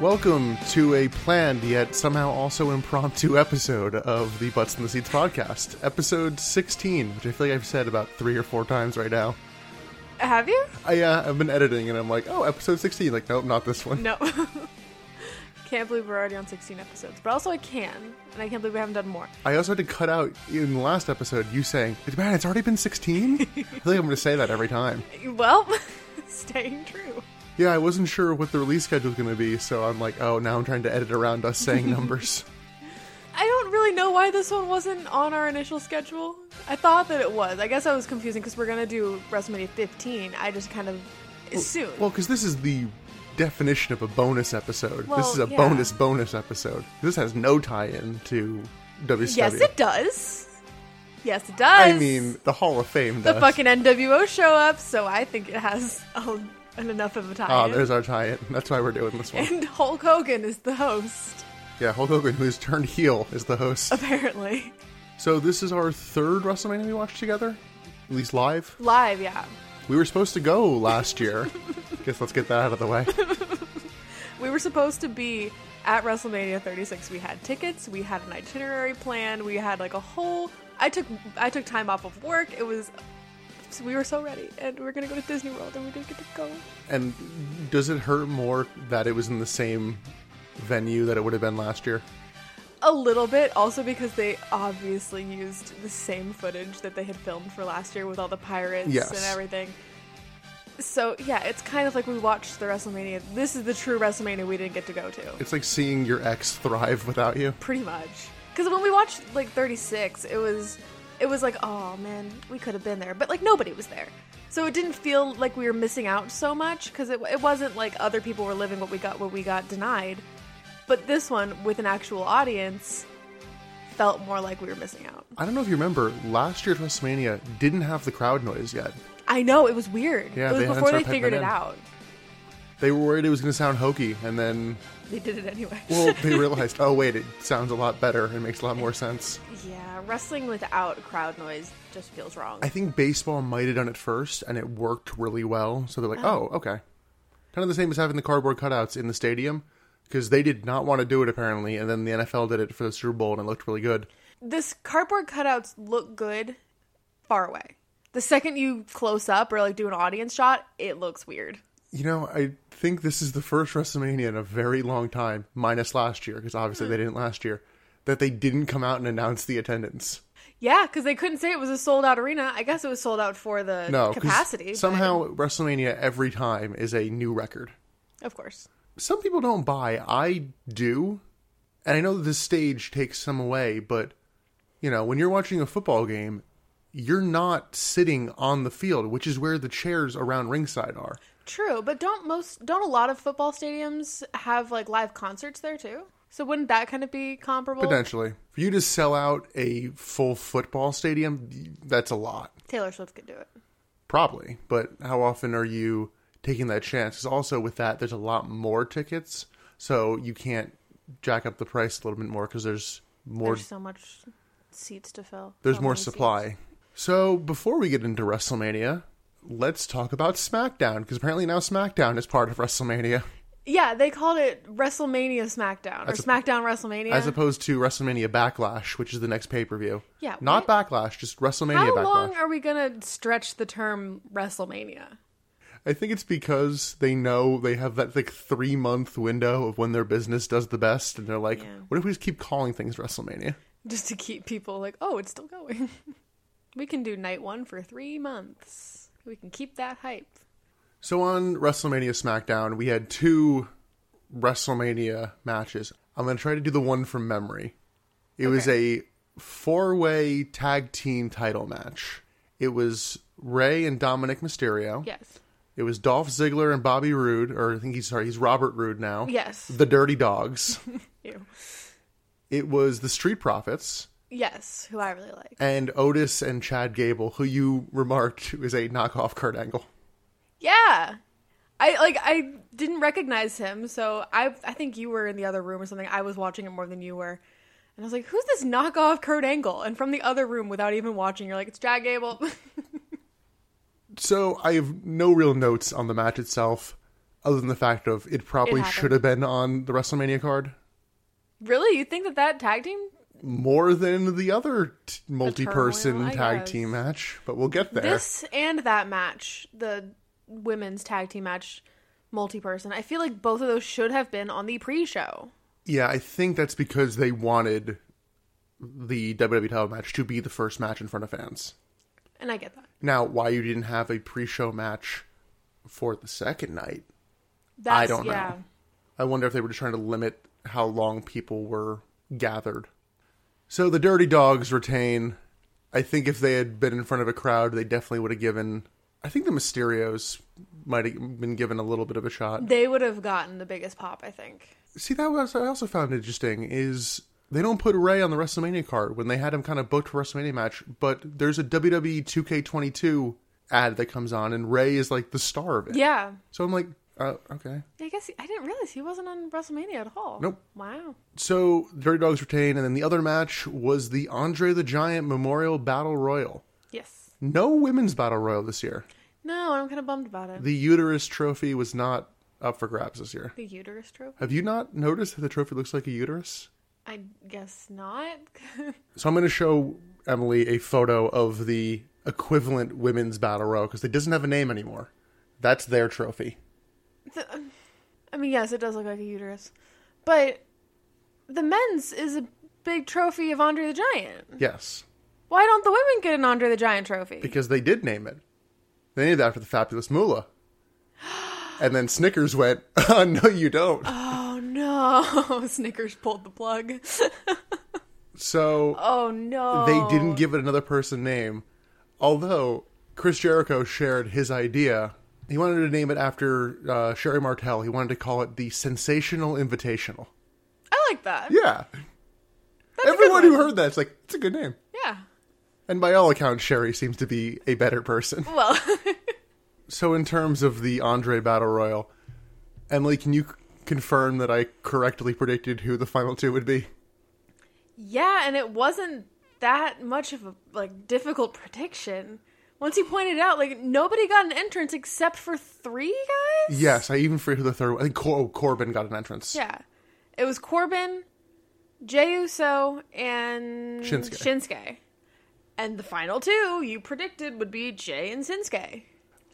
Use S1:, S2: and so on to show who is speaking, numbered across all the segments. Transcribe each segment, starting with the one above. S1: Welcome to a planned yet somehow also impromptu episode of the Butts in the Seats podcast, episode 16, which I feel like I've said about three or four times right now.
S2: Have you?
S1: I, uh, I've been editing and I'm like, oh, episode 16. Like, nope, not this one.
S2: No. can't believe we're already on 16 episodes, but also I can, and I can't believe we haven't done more.
S1: I also had to cut out in the last episode you saying, man, it's already been 16? I feel like I'm going to say that every time.
S2: Well, staying true.
S1: Yeah, I wasn't sure what the release schedule was going to be, so I'm like, oh, now I'm trying to edit around us saying numbers.
S2: I don't really know why this one wasn't on our initial schedule. I thought that it was. I guess I was confusing because we're gonna do WrestleMania 15. I just kind of assumed.
S1: Well, because this is the definition of a bonus episode. this
S2: Well,
S1: is a
S2: yeah.
S1: bonus bonus episode. This has no tie-in to WCW.
S2: yes, it does. Yes, it does.
S1: I mean, the Hall of Fame
S2: the
S1: does.
S2: fucking NWO show up, so I think it has a, an enough of a time.
S1: Ah, there's our tie-in. That's why we're doing this one.
S2: and Hulk Hogan is the host,
S1: yeah, Hulk Hogan, who has turned heel, is the host.
S2: apparently.
S1: So this is our third WrestleMania we watched together, at least live.
S2: Live, yeah.
S1: We were supposed to go last year. Guess let's get that out of the way.
S2: We were supposed to be at WrestleMania 36. We had tickets, we had an itinerary plan, we had like a whole I took I took time off of work. It was so we were so ready and we were going to go to Disney World and we didn't get to go.
S1: And does it hurt more that it was in the same venue that it would have been last year?
S2: A little bit also because they obviously used the same footage that they had filmed for last year with all the pirates
S1: Yes.
S2: and everything. So, yeah, it's kind of like we watched the WrestleMania. This is the true WrestleMania we didn't get to go to.
S1: It's like seeing your ex thrive without you.
S2: pretty much because when we watched like 36 it was it was like oh man we could have been there but like nobody was there so it didn't feel like we were missing out so much because it, it wasn't like other people were living what we got what we got denied but this one with an actual audience felt more like we were missing out
S1: I don't know if you remember, last year's WrestleMania didn't have the crowd noise yet.
S2: i know it was weird
S1: Yeah,
S2: it was
S1: they hadn't
S2: before they
S1: started
S2: figured it
S1: piping it in.
S2: out
S1: They were worried it was going to sound hokey, and then,
S2: they did it anyway
S1: well, they realized, oh, wait, it sounds a lot better and makes a lot more sense.
S2: yeah wrestling without crowd noise just feels wrong
S1: I think baseball might have done it first, and it worked really well. So they're like, oh, okay. Kind of the same as having the cardboard cutouts in the stadium, because they did not want to do it, apparently, and then the NFL did it for the Super Bowl, and it looked really good.
S2: this cardboard cutouts look good far away. The second you close up or like do an audience shot, it looks weird.
S1: You know, I think this is the first WrestleMania in a very long time, minus last year, because obviously they didn't last year, that they didn't come out and announce the attendance.
S2: Yeah, because they couldn't say it was a sold out arena. I guess it was sold out for the
S1: No, 'cause
S2: capacity. but-
S1: Somehow, WrestleMania every time is a new record.
S2: of course.
S1: Some people don't buy. I do. And I know the stage takes some away, but, you know, when you're watching a football game, you're not sitting on the field, which is where the chairs around ringside are.
S2: True, but don't most don't a lot of football stadiums have like live concerts there too? So wouldn't that kind of be comparable?
S1: Potentially. For you to sell out a full football stadium, that's a lot.
S2: Taylor Swift could do it.
S1: Probably, but how often are you taking that chance? 'Cause also with that, there's a lot more tickets, so you can't jack up the price a little bit more because there's more
S2: There's so much seats to fill.
S1: there's
S2: So
S1: more
S2: many seats.
S1: supply. So before we get into WrestleMania, let's talk about SmackDown because apparently now SmackDown is part of WrestleMania
S2: Yeah, they called it WrestleMania SmackDown or SmackDown WrestleMania.
S1: as opposed to WrestleMania Backlash, which is the next pay per view.
S2: Yeah,
S1: not Backlash, just WrestleMania
S2: How
S1: Backlash.
S2: long are we gonna stretch the term WrestleMania?
S1: I think it's because they know they have that like three month window of when their business does the best, and they're like,
S2: Yeah.
S1: "What if we just keep calling things WrestleMania?"
S2: Just to keep people like, oh, it's still going. we can do night one for three months. We can keep that hype.
S1: So on WrestleMania SmackDown, we had two WrestleMania matches. I'm gonna try to do the one from memory. It was a four way tag team title match. It was Ray and Dominic Mysterio.
S2: Yes.
S1: It was Dolph Ziggler and Bobby Roode, or I think he's sorry, he's Robert Roode now.
S2: Yes.
S1: The Dirty Dogs.
S2: Ew.
S1: it was the Street Profits.
S2: Yes, who I really like.
S1: and Otis and Chad Gable, who you remarked is a knockoff Kurt Angle.
S2: Yeah. I like I didn't recognize him, so I I think you were in the other room or something. I was watching it more than you were. And I was like, who's this knockoff Kurt Angle? And from the other room without even watching, you're like, it's Jack Gable.
S1: So I have no real notes on the match itself. other than the fact of it probably
S2: happened.
S1: should have been on the WrestleMania card
S2: Really, you think that that tag team?
S1: more than the other t- multi-person
S2: turmoil, I
S1: tag
S2: guess.
S1: team match, but we'll get there.
S2: This and that match, the women's tag team match, multi-person. I feel like both of those should have been on the pre-show.
S1: Yeah, I think that's because they wanted the WWE title match to be the first match in front of fans.
S2: And I get that.
S1: Now, why you didn't have a pre-show match for the second night,
S2: That's,
S1: I don't
S2: yeah.
S1: know. I wonder if they were just trying to limit how long people were gathered. So the Dirty Dogs retain. I think if they had been in front of a crowd, they definitely would have given. I think the Mysterios might have been given a little bit of a shot.
S2: They would have gotten the biggest pop, I think.
S1: See, that was I also found interesting is they don't put Ray on the WrestleMania card when they had him kind of booked for WrestleMania match, but there's a E WWE 2K22 ad that comes on and Ray is like the star of it.
S2: Yeah.
S1: So I'm like, uh, okay.
S2: I guess I didn't realize he wasn't on WrestleMania at all.
S1: Nope.
S2: Wow.
S1: So Dirty Dogs retain, and then the other match was the Andre the Giant Memorial Battle Royal.
S2: Yes.
S1: No women's battle royal this year.
S2: No, I'm kind of bummed about it.
S1: The uterus trophy was not up for grabs this year.
S2: The uterus trophy?
S1: Have you not noticed that the trophy looks like a uterus?
S2: I guess not.
S1: So I'm going to show Emily a photo of the equivalent women's battle row because it doesn't have a name anymore. That's their trophy.
S2: I mean, yes, it does look like a uterus. But the men's is a big trophy of Andre the Giant.
S1: Yes,
S2: Why don't the women get an Andre the Giant trophy?
S1: because they did name it. They named it after the fabulous Moolah. And then Snickers went, uh, "No, you don't."
S2: oh no. Snickers pulled the plug.
S1: So
S2: oh no.
S1: they didn't give it another person name. Although Chris Jericho shared his idea, he wanted to name it after uh, Sherry Martel. He wanted to call it the Sensational Invitational.
S2: I like that.
S1: Yeah,
S2: That's a good
S1: everyone who
S2: one.
S1: heard that's like, "It's a good name."
S2: Yeah.
S1: And by all accounts, Sherry seems to be a better person.
S2: Well,
S1: So, in terms of the Andre Battle Royal, Emily, can you c- confirm that I correctly predicted who the final two would be?
S2: yeah, and it wasn't that much of a like difficult prediction. Once you pointed out, like nobody got an entrance except for three guys.
S1: Yes, I even forget who the third. one- I think Cor- oh, Corbin got an entrance.
S2: Yeah. It was Corbin, Jey Uso, and
S1: Shinsuke.
S2: Shinsuke. And the final two you predicted would be Jey and Shinsuke.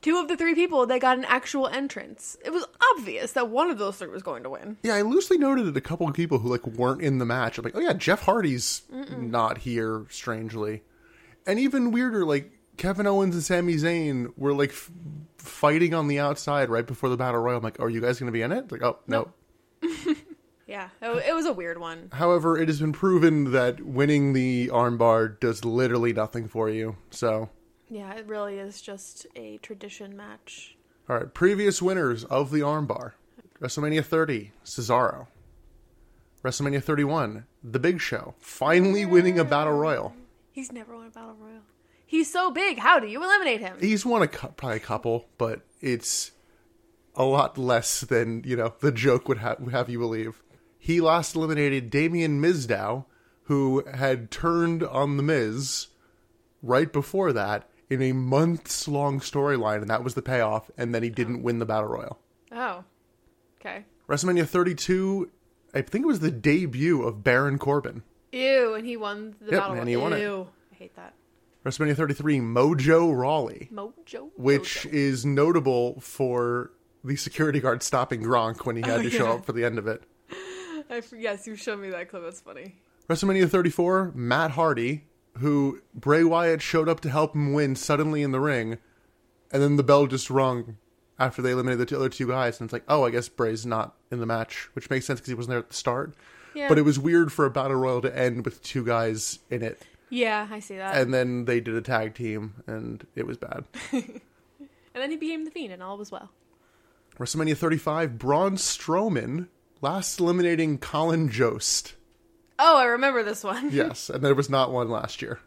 S2: Two of the three people that got an actual entrance. It was obvious that one of those three was going to win.
S1: Yeah, I loosely noted it a couple of people who like weren't in the match. I'm like, oh yeah, Jeff Hardy's not here, strangely, and even weirder, like Kevin Owens and Sami Zayn were like f- fighting on the outside right before the battle royal. I'm like, are you guys going to be in it? Like, oh no.
S2: Yeah, it it was a weird one.
S1: However, it has been proven that winning the armbar does literally nothing for you. So,
S2: Yeah, it really is just a tradition match.
S1: all right, previous winners of the armbar WrestleMania 30, Cesaro. WrestleMania 31, The Big Show, finally winning a battle royal.
S2: He's never won a battle royal. He's so big. How do you eliminate him?
S1: He's won a cou- probably a couple, but it's a lot less than, you know, the joke would, ha- would have you believe. He last eliminated Damian Mizdow, who had turned on The Miz. right before that in a months long storyline, and that was the payoff, and then he didn't win the Battle Royal.
S2: Oh. Okay.
S1: WrestleMania 32, I think it was the debut of Baron Corbin.
S2: Ew, and he won the
S1: Yep,
S2: battle
S1: and he
S2: royal.
S1: won it.
S2: Ew. I hate that.
S1: WrestleMania 33, Mojo Rawley,
S2: Mojo.
S1: which
S2: Mojo.
S1: is notable for the security guard stopping Gronk when he had
S2: Oh,
S1: to show
S2: yeah.
S1: up for the end of it.
S2: I f- yes, you showed me that clip. That's funny.
S1: WrestleMania 34, Matt Hardy, who Bray Wyatt showed up to help him win suddenly in the ring, and then the bell just rung after they eliminated the two- other two guys, and it's like, oh, I guess Bray's not in the match, which makes sense because he wasn't there at the start.
S2: Yeah.
S1: But it was weird for a battle royal to end with two guys in it,
S2: Yeah, I see that. And,
S1: and then they did a tag team, and it was bad.
S2: then he became the fiend, and all was well.
S1: WrestleMania 35, Braun Strowman last eliminating Colin Jost.
S2: Oh, I remember this one.
S1: Yes, and there was not one last year.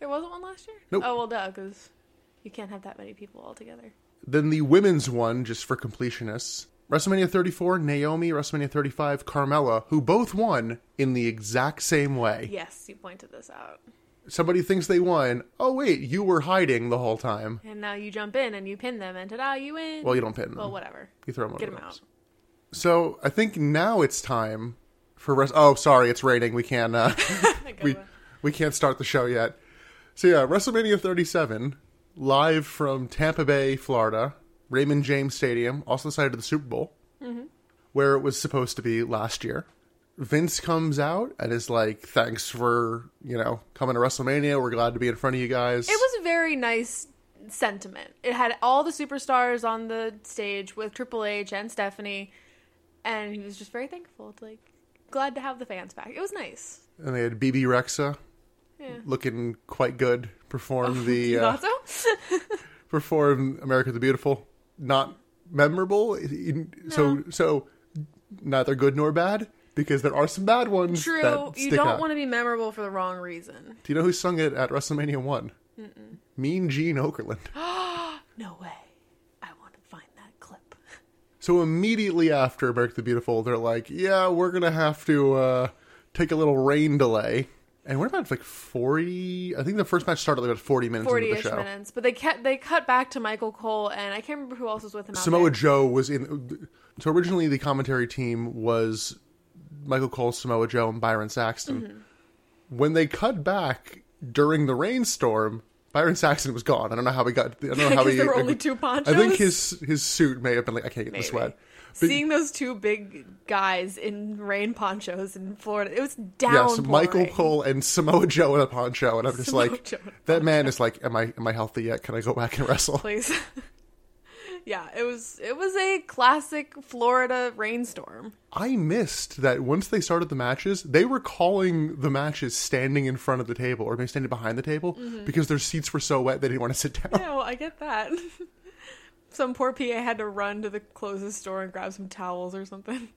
S2: There wasn't one last year.
S1: Nope.
S2: Oh well, duh, because you can't have that many people all together.
S1: Then the women's one, just for completionists. WrestleMania 34, Naomi, WrestleMania 35, Carmella, who both won in the exact same way.
S2: Yes, you pointed this out.
S1: Somebody thinks they won. Oh wait, you were hiding the whole time.
S2: And now you jump in and you pin them, and ta-da, you win.
S1: Well, you don't pin them.
S2: Well, whatever.
S1: You throw them over
S2: Get
S1: the
S2: them out.
S1: ropes. So I think now it's time for rest. Oh, sorry, it's raining. We can't. Uh,
S2: Good
S1: we
S2: one.
S1: we can't start the show yet. So yeah, WrestleMania 37 live from Tampa Bay, Florida, Raymond James Stadium, also the site of the Super Bowl,
S2: Mm-hmm.
S1: where it was supposed to be last year. Vince comes out and is like, "Thanks for you know coming to WrestleMania. We're glad to be in front of you guys."
S2: It was a very nice sentiment. It had all the superstars on the stage with Triple H and Stephanie, and he was just very thankful. It's Like, glad to have the fans back. It was nice.
S1: and they had BB Rexa
S2: Yeah. Oh,
S1: looking quite good perform the
S2: You
S1: uh,
S2: thought so?
S1: perform America the Beautiful. Not memorable. in- So so neither good nor bad because there are some bad ones.
S2: True.
S1: That
S2: You
S1: stick
S2: don't
S1: out.
S2: want to be memorable for the wrong reason.
S1: Do you know who sung it at WrestleMania One? Mean Gene Okerlund.
S2: No way. I want to find that clip.
S1: So immediately after America the Beautiful, they're like, "Yeah, we're gonna have to uh, take a little rain delay." And we're about like forty. I think the first match started like about forty minutes into the
S2: Forty-ish
S1: show.
S2: minutes, but they kept they cut back to Michael Cole, and I can't remember who else was with him. out
S1: Samoa
S2: there.
S1: Joe was in. So originally, the commentary team was Michael Cole, Samoa Joe, and Byron Saxton.
S2: Mm-hmm.
S1: When they cut back during the rainstorm, Byron Saxton was gone. I don't know how he got. I don't know how
S2: 'Cause
S1: he.
S2: there were only two
S1: I think
S2: ponchos?
S1: his his suit may have been like I can't get the
S2: Maybe.
S1: sweat. But
S2: Seeing those two big guys in rain ponchos in Florida, it was down.
S1: yes, Michael Cole and Samoa Joe in a poncho, and I'm just
S2: Samoa
S1: like
S2: Joe in a
S1: that man is like, am I am I healthy yet? Can I go back and wrestle?
S2: please. yeah, it was it was a classic Florida rainstorm.
S1: I missed that once they started the matches, they were calling the matches standing in front of the table or maybe standing behind the table
S2: Mm-hmm.
S1: because their seats were so wet they didn't want to sit down.
S2: No, I get that. some poor PA had to run to the closest store and grab some towels or something.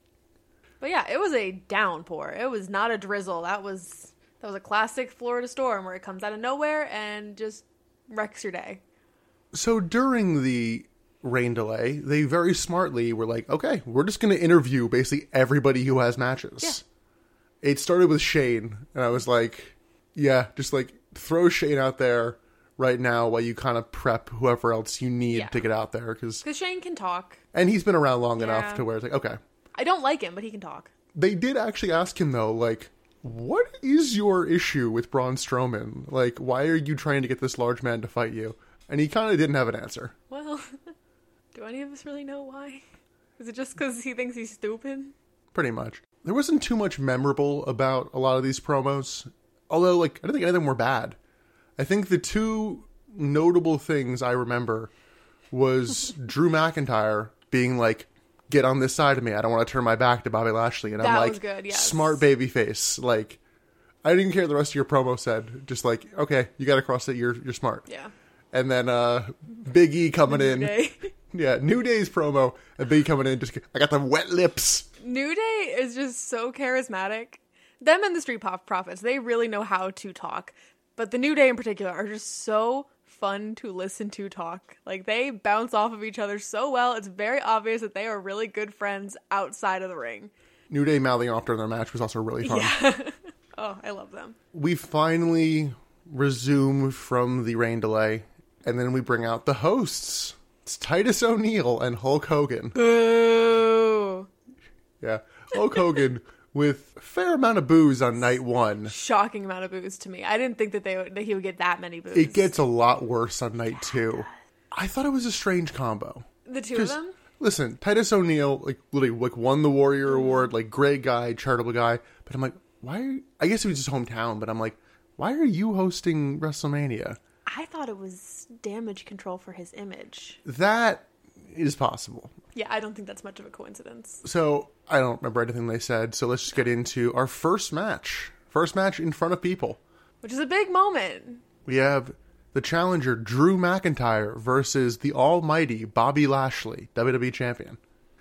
S2: But yeah, it was a downpour. It was not a drizzle. That was that was a classic Florida storm where it comes out of nowhere and just wrecks your day.
S1: So during the rain delay, they very smartly were like, okay, we're just going to interview basically everybody who has matches. It started with Shane, and I was like, yeah, just like throw Shane out there right now while you kind of prep whoever else you need
S2: Yeah.
S1: to get out there because
S2: Because Shane can talk.
S1: and he's been around long
S2: Yeah.
S1: enough to where it's like okay
S2: I don't like him, but he can talk.
S1: they did actually ask him though, like, what is your issue with Braun Strowman? Like, why are you trying to get this large man to fight you? And he kind of didn't have an answer.
S2: Well, do any of us really know why? Is it just because he thinks he's stupid?
S1: pretty much. There wasn't too much memorable about a lot of these promos, although like I don't think any of them were bad. I think the two notable things I remember was Drew McIntyre being like, "Get on this side of me. I don't want to turn my back to Bobby Lashley." And I'm
S2: That
S1: like,
S2: was good, yes.
S1: "Smart baby face." Like, I didn't care what the rest of your promo said. Just like, okay, you got across that you're you're smart.
S2: Yeah.
S1: And then uh, Big E coming in,
S2: New Day.
S1: yeah, New Day's promo, and Big E coming in. Just I got the wet lips.
S2: New Day is just so charismatic. Them and the Street Pop Profits, they really know how to talk. But the New Day in particular are just so fun to listen to talk. Like they bounce off of each other so well. It's very obvious that they are really good friends outside of the ring.
S1: New Day mouthing off during their match was also really fun.
S2: Oh, I love them.
S1: We finally resume from the rain delay, and then we bring out the hosts. It's Titus O'Neil and Hulk Hogan.
S2: Boo.
S1: Yeah, Hulk Hogan with a fair amount of booze on night one.
S2: Shocking amount of boos to me. I didn't think that they would that he would get that many boos.
S1: It gets a lot worse on night two. I thought it was a strange combo.
S2: the two of them?
S1: Listen, Titus O'Neil like literally like won the Warrior
S2: Mm-hmm.
S1: Award, like great guy, charitable guy. But I'm like, why? Are, I guess it was his hometown, but I'm like, why are you hosting WrestleMania?
S2: I thought it was damage control for his image.
S1: That is possible.
S2: Yeah, I don't think that's much of a coincidence.
S1: So I don't remember anything they said. So let's just get into our first match. First match in front of people.
S2: Which is a big moment.
S1: We have the challenger Drew McIntyre versus the almighty Bobby Lashley, WWE champion.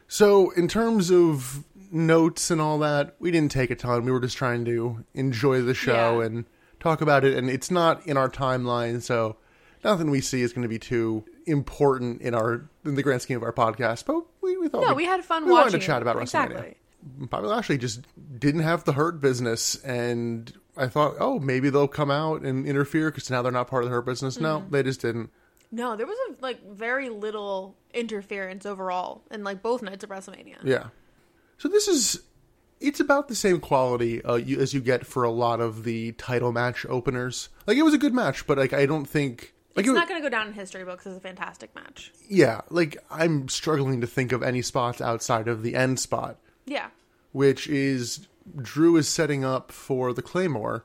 S1: So in terms of notes and all that, we didn't take a ton. We were just trying to enjoy the show
S2: Yeah.
S1: and talk about it. And it's not in our timeline, so nothing we see is going to be too important in our in the grand scheme of our podcast. But we, we thought
S2: No, we had fun
S1: we
S2: watching.
S1: wanted to chat about
S2: Exactly.
S1: WrestleMania. Bobby Lashley just didn't have the hurt business and I thought, oh, maybe they'll come out and interfere because now they're not part of her business. No,
S2: Mm-hmm.
S1: they just didn't.
S2: No, there was a, like very little interference overall in like both nights of WrestleMania.
S1: Yeah. So this is it's about the same quality uh, you, as you get for a lot of the title match openers. Like it was a good match, but like I don't think like
S2: It's
S1: it,
S2: not going to go down in history books as a fantastic match.
S1: yeah, like I'm struggling to think of any spots outside of the end spot,
S2: Yeah.
S1: which is Drew is setting up for the Claymore,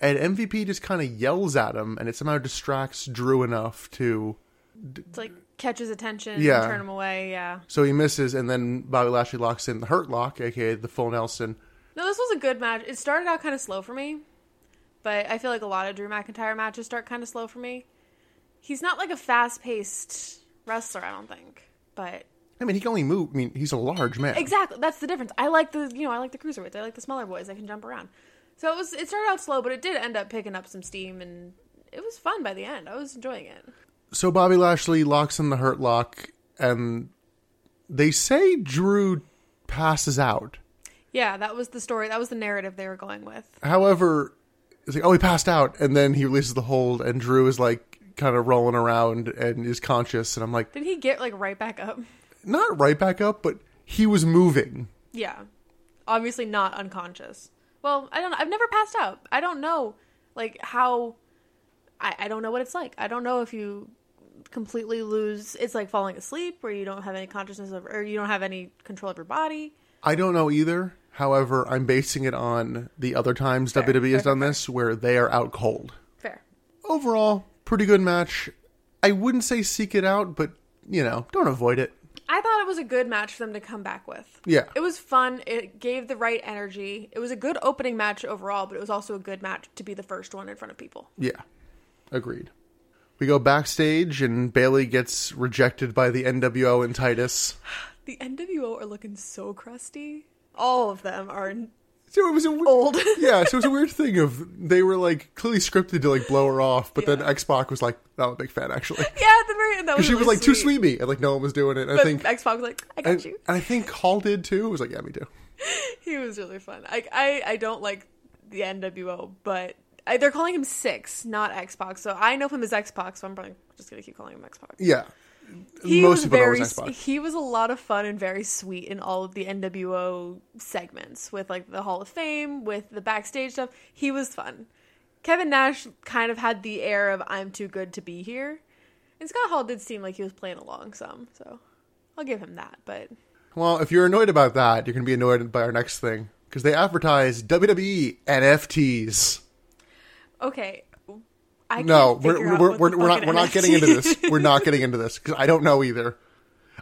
S1: and MVP just kind of yells at him, and it somehow distracts Drew enough to
S2: It's like catches attention,
S1: Yeah.
S2: turn him away. Yeah.
S1: so he misses, and then Bobby Lashley locks in the Hurt Lock, aka the Full Nelson.
S2: No, this was a good match. It started out kind of slow for me, but I feel like a lot of Drew McIntyre matches start kind of slow for me. He's not like a fast paced wrestler, I don't think. But
S1: I mean, he can only move. I mean, he's a large man.
S2: exactly, that's the difference. I like the you know I like the cruiserweights. I like the smaller boys. I can jump around. So it was it started out slow, but it did end up picking up some steam, and it was fun by the end. I was enjoying it.
S1: so Bobby Lashley locks in the Hurt Lock, and they say Drew passes out.
S2: Yeah, that was the story. That was the narrative they were going with.
S1: However, it's like, oh, he passed out, and then he releases the hold, and Drew is like kind of rolling around and is conscious. And I'm like,
S2: Did he get like right back up?
S1: not right back up, but he was moving.
S2: Yeah. Obviously not unconscious. Well, I don't I've never passed out. I don't know like how I, I don't know what it's like. I don't know if you completely lose it's like falling asleep where you don't have any consciousness of or you don't have any control of your body.
S1: I don't know either. However, I'm basing it on the other times WWE has
S2: fair,
S1: done this, where they are out cold.
S2: Fair.
S1: Overall, pretty good match. I wouldn't say seek it out, but you know, don't avoid it.
S2: I thought it was a good match for them to come back with.
S1: Yeah.
S2: It was fun. It gave the right energy. It was a good opening match overall, but it was also a good match to be the first one in front of people.
S1: Yeah, agreed. We go backstage, and Bailey gets rejected by the NWO and Titus.
S2: The NWO are looking so crusty. All of them are
S1: So it was a weird,
S2: old.
S1: Oh, yeah. So it was a weird thing of they were like clearly scripted to like blow her off, but then
S2: Yeah.
S1: X Pac was like, "Not a big fan, actually."
S2: Yeah, at the very end, that was
S1: she was
S2: really
S1: like too sweety, and like no one was doing it. And I
S2: But
S1: think,
S2: Xbox was like, I got
S1: and,
S2: you.
S1: and I think Hall did too. It was like, yeah, me too.
S2: He was really fun. I I, I don't like the NWO, but I, they're calling him Six, not Xbox. So I know him as Xbox. So I'm probably just gonna keep calling him Xbox.
S1: Yeah,
S2: He
S1: most
S2: was
S1: people know
S2: very
S1: his Xbox.
S2: he was a lot of fun and very sweet in all of the NWO segments with like the Hall of Fame, with the backstage stuff. He was fun. Kevin Nash kind of had the air of I'm too good to be here. And Scott Hall did seem like he was playing along some, so I'll give him that, but
S1: Well, if you're annoyed about that, you're gonna be annoyed by our next thing because they advertise E WWE NFTs.
S2: Okay. I
S1: No,
S2: can't
S1: we're
S2: figure out
S1: we're
S2: what
S1: we're,
S2: the
S1: we're not
S2: fucking
S1: we're not
S2: NFT
S1: getting into this.
S2: is.
S1: We're not getting into this because I don't know either.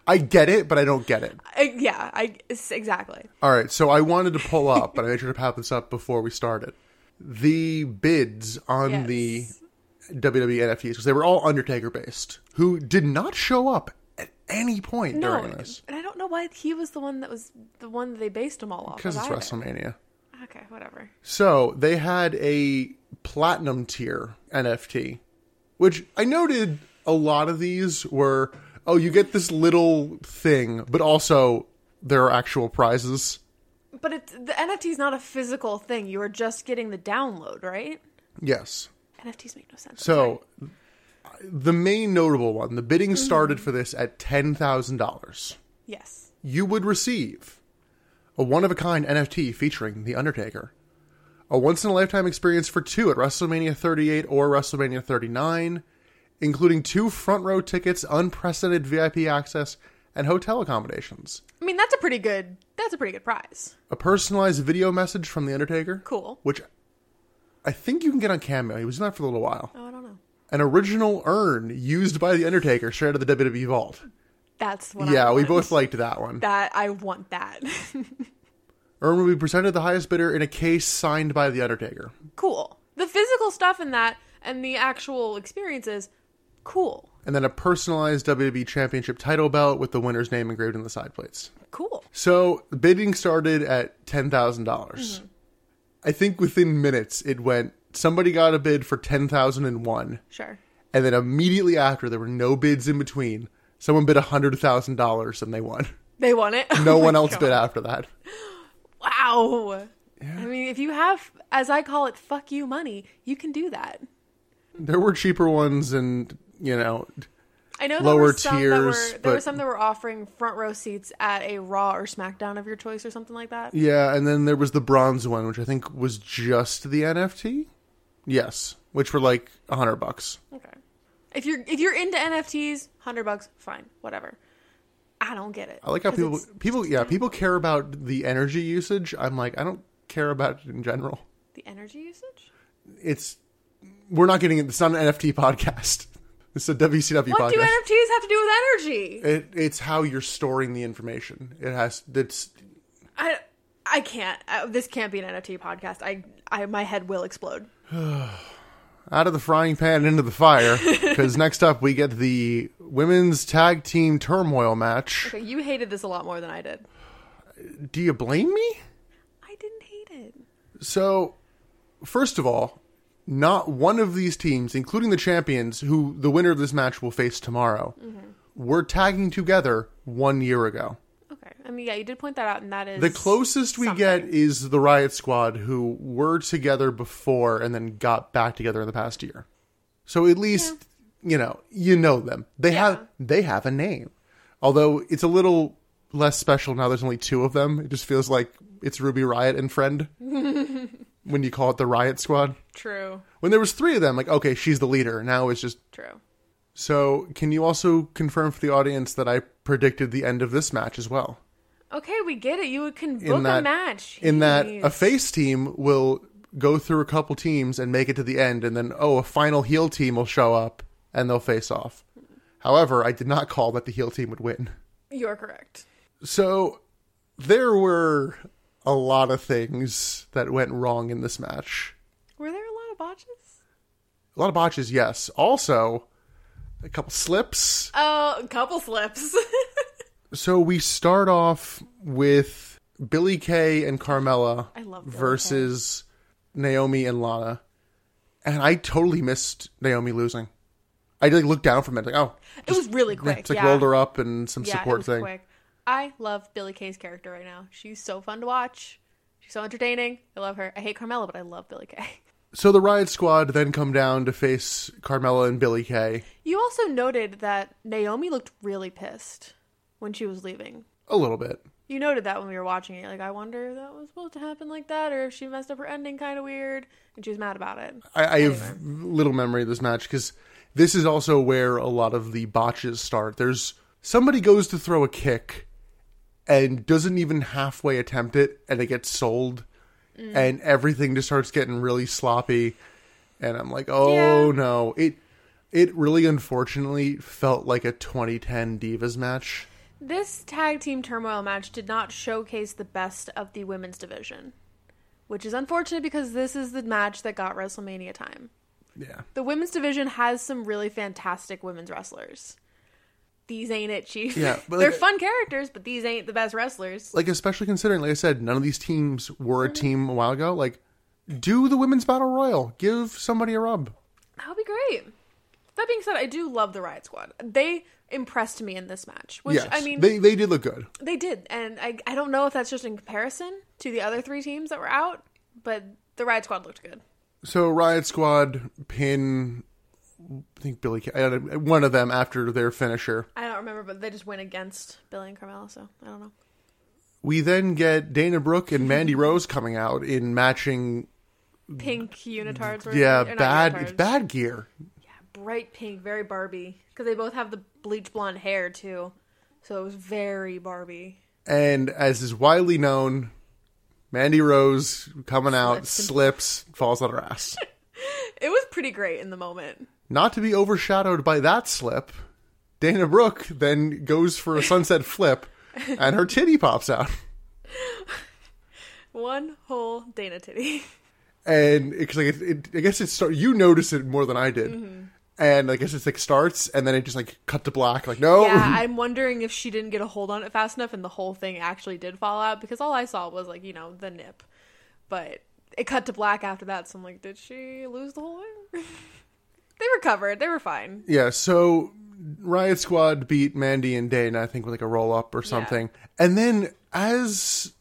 S1: I get it, but I don't get it.
S2: I- Uh, yeah, I it's- exactly.
S1: All right, so I wanted to pull up, but I made sure to pop this up before we started. The bids on
S2: Yes.
S1: the E WWE NFTs because they were all Undertaker based, who did not show up at any point
S2: No,
S1: during this
S2: and I don't know why he was the one that was the one that they based them all off.
S1: because
S2: of
S1: it's
S2: either.
S1: WrestleMania.
S2: Okay, whatever.
S1: So they had a platinum tier NFT, which I noted a lot of these were oh, you get this little thing, but also there are actual prizes.
S2: But it's the NFT is not a physical thing. You are just getting the download, right?
S1: Yes.
S2: NFTs make no sense.
S1: So the main notable one, the bidding started for this at $10,000.
S2: yes.
S1: You would receive a one of a kind NFT featuring The Undertaker, a once in a lifetime experience for two at WrestleMania 38 or WrestleMania 39, including two front row tickets, unprecedented VIP access, and hotel accommodations.
S2: I mean, that's a pretty good. That's a pretty good prize.
S1: A personalized video message from The Undertaker.
S2: Cool.
S1: Which I think you can get on Cameo. He was in that for a little while.
S2: Oh, I don't know.
S1: An original urn used by The Undertaker straight out of the WWE vault.
S2: That's what. I
S1: yeah, we
S2: want.
S1: both liked that one.
S2: that. I want that.
S1: Urn will be presented to the highest bidder in a case signed by The Undertaker.
S2: cool. The physical stuff in that and the actual experiences, cool.
S1: and then a personalized WWE Championship title belt with the winner's name engraved in the side plates.
S2: Cool.
S1: So bidding started at ten dollars. I think within minutes it went. Somebody got a bid for ten thousand and one,
S2: Sure.
S1: and then immediately after there were no bids in between. Someone bid hundred thousand
S2: Oh
S1: dollars and they won.
S2: They won it.
S1: No
S2: one
S1: one else bid after that.
S2: Wow. I mean, if you have, as I call it, fuck you money, you can do that.
S1: There were cheaper ones, and you know,
S2: I know there
S1: Lower
S2: were some that were
S1: tiers,
S2: there were
S1: but-
S2: some that were offering front row seats at a Raw or SmackDown of your choice or something like that.
S1: yeah. And then there was the bronze one, which I think was just the NFT. Yes, which were like a hundred bucks.
S2: Okay. If you're if you're into NFTs, hundred bucks, fine, whatever. I don't get it.
S1: I like how
S2: 'Cause
S1: people
S2: it's
S1: people yeah people care about the energy usage. I'm like I don't care about it in general.
S2: the energy usage.
S1: It's we're not getting it. It's not an NFT podcast. It's a WCW
S2: What
S1: podcast.
S2: do NFTs have to do with energy?
S1: it, it's how you're storing the information. It has that's
S2: I I can't. I, this can't be an NFT podcast. I I my head will explode.
S1: out of the frying pan into the fire. Because next up we get the women's tag team turmoil match.
S2: Okay, you hated this a lot more than I did.
S1: Do you blame me?
S2: I didn't hate it.
S1: So, first of all, not one of these teams, including the champions, who the winner of this match will face tomorrow, were tagging together one year ago.
S2: Okay. I mean, yeah, you did point that out, and that is
S1: The closest we get
S2: something.
S1: is the Riot Squad, who were together before and then got back together in the past year. So at least you know you know them. They have they have a name, although it's a little less special now. There's only two of them. It just feels like it's Ruby Riot and Friend when you call it the Riot Squad.
S2: True.
S1: When there was three of them, like okay, she's the leader. Now it's just
S2: True.
S1: so. Can you also confirm for the audience that I predicted the end of this match as well?
S2: Okay, we get it. You can book
S1: in that
S2: a match.
S1: in that a
S2: Jeez.
S1: face team will go through a couple teams and make it to the end and then oh a final heel team will show up and they'll face off however i did not call that the heel team would win
S2: You're correct.
S1: so there were a lot of things that went wrong in this match
S2: Were there a lot of botches?
S1: a lot of botches yes also a couple slips
S2: Oh, a couple slips.
S1: so we start off with Billy Kay and Carmella
S2: I love Billie
S1: versus Naomi and Lana. And I totally missed Naomi losing. I like looked down from it like, oh,
S2: it was really quick.
S1: it's like
S2: yeah.
S1: rolled her up and some
S2: yeah,
S1: support
S2: it was
S1: thing.
S2: quick. I love Billy Kay's character right now. She's so fun to watch. She's so entertaining. I love her. I hate Carmella, but I love Billy Kay.
S1: So the Riot Squad then come down to face Carmella and Billy Kay.
S2: You also noted that Naomi looked really pissed when she was leaving.
S1: A little bit.
S2: You noted that when we were watching it. Like, I wonder if that was supposed to happen like that, or if she messed up her ending kind of weird, and she was mad about it.
S1: I, I have little memory of this match because this is also where a lot of the botches start. There's somebody goes to throw a kick and doesn't even halfway attempt it, and it gets sold, and everything just starts getting really sloppy. And I'm like, oh
S2: Yeah.
S1: no! It it really unfortunately felt like a 2010 Divas match.
S2: This tag team turmoil match did not showcase the best of the women's division, which is unfortunate because this is the match that got WrestleMania time.
S1: Yeah,
S2: The women's division has some really fantastic women's wrestlers. These ain't it, Chief.
S1: Yeah, but
S2: They're
S1: like-
S2: fun characters, but these ain't the best wrestlers.
S1: like especially considering, like I said, none of these teams were a team a while ago. Like, do the women's battle royal? Give somebody a rub.
S2: That would be great. That being said, I do love the Riot Squad. They impressed me in this match, which
S1: Yes,
S2: I mean,
S1: they they did look good.
S2: They did, and I I don't know if that's just in comparison to the other three teams that were out, but the Riot Squad looked good.
S1: So Riot Squad pin, I think Billy, Kay- I don't know, one of them after their finisher.
S2: I don't remember, but they just went against Billy and Carmella, so I don't know.
S1: We then get Dana Brooke and Mandy Rose coming out in matching,
S2: Pink unitards, were
S1: yeah,
S2: or not
S1: bad
S2: unitards,
S1: it's bad gear.
S2: bright pink, very Barbie, because they both have the bleach blonde hair too, so it was very Barbie.
S1: And as is widely known, Mandy Rose coming out slips, falls on her ass.
S2: It was pretty great in the moment.
S1: Not to be overshadowed by that slip, Dana Brooke then goes for a sunset flip, and her titty pops out.
S2: One whole Dana titty.
S1: and because like it, it, I guess it start you notice it more than I did, and I guess it's like starts and then it just like cut to black. Like no,
S2: Yeah, I'm wondering if she didn't get a hold on it fast enough and the whole thing actually did fall out because all I saw was like, you know, the nip. But it cut to black after that, so I'm like, did she lose the whole thing? they recovered, they were fine.
S1: yeah. So Riot Squad beat Mandy and Dana, I think, with like a roll up or something, and then as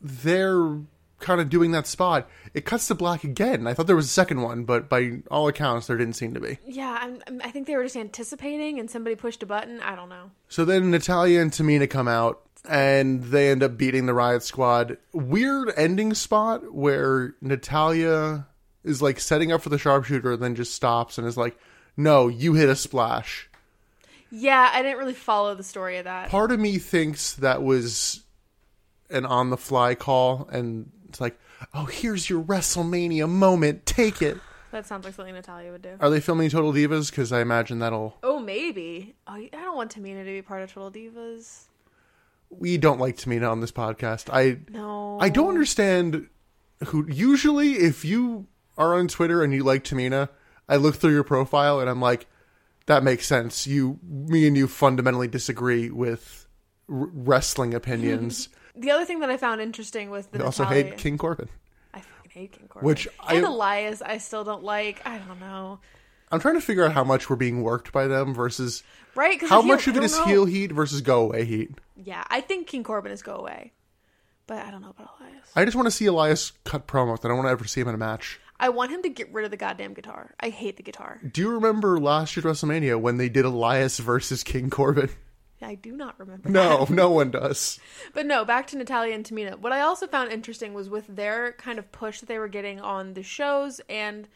S1: their kind of doing that spot, it cuts to black again. I thought there was a second one, but by all accounts, there didn't seem to be.
S3: Yeah, I'm, I'm- I think they were just anticipating, and somebody pushed a button. I don't know.
S1: So then Natalia and Tamina come out and they end up beating the Riot Squad. Weird ending spot where Natalia is like setting up for the sharpshooter and then just stops and is like, no, you hit a splash.
S3: Yeah, I didn't really follow the story of that.
S1: Part of me thinks that was an on the fly call and it's like, oh, here's your WrestleMania moment. Take it.
S3: That sounds like something Natalia would do.
S1: Are they filming Total Divas? Because I imagine that'll.
S3: Oh, maybe. Oh, I don't want Tamina to be part of Total Divas.
S1: We don't like Tamina on this podcast. I
S3: No.
S1: I don't understand who. Usually, if you are on Twitter and you like Tamina, I look through your profile and I'm like, that makes sense. You, me, and you fundamentally disagree with r- wrestling opinions.
S3: The other thing that I found interesting was the
S1: I also
S3: Natalia.
S1: hate King Corbin.
S3: I fucking hate King Corbin.
S1: Which
S3: and
S1: I-
S3: Elias, I still don't like. I don't know.
S1: I'm trying to figure out how much we're being worked by them versus
S3: Right? 'Cause
S1: how
S3: the heel-
S1: much of
S3: I
S1: it
S3: don't
S1: is
S3: know.
S1: heel heat versus go away heat.
S3: Yeah, I think King Corbin is go away, but I don't know about Elias.
S1: I just want to see Elias cut promos. I don't want to ever see him in a match.
S3: I want him to get rid of the goddamn guitar. I hate the guitar.
S1: Do you remember last year's WrestleMania when they did Elias versus King Corbin?
S3: I do not remember.
S1: No, no one does.
S3: But no, back to Natalia and Tamina. What I also found interesting was with their kind of push that they were getting on the shows and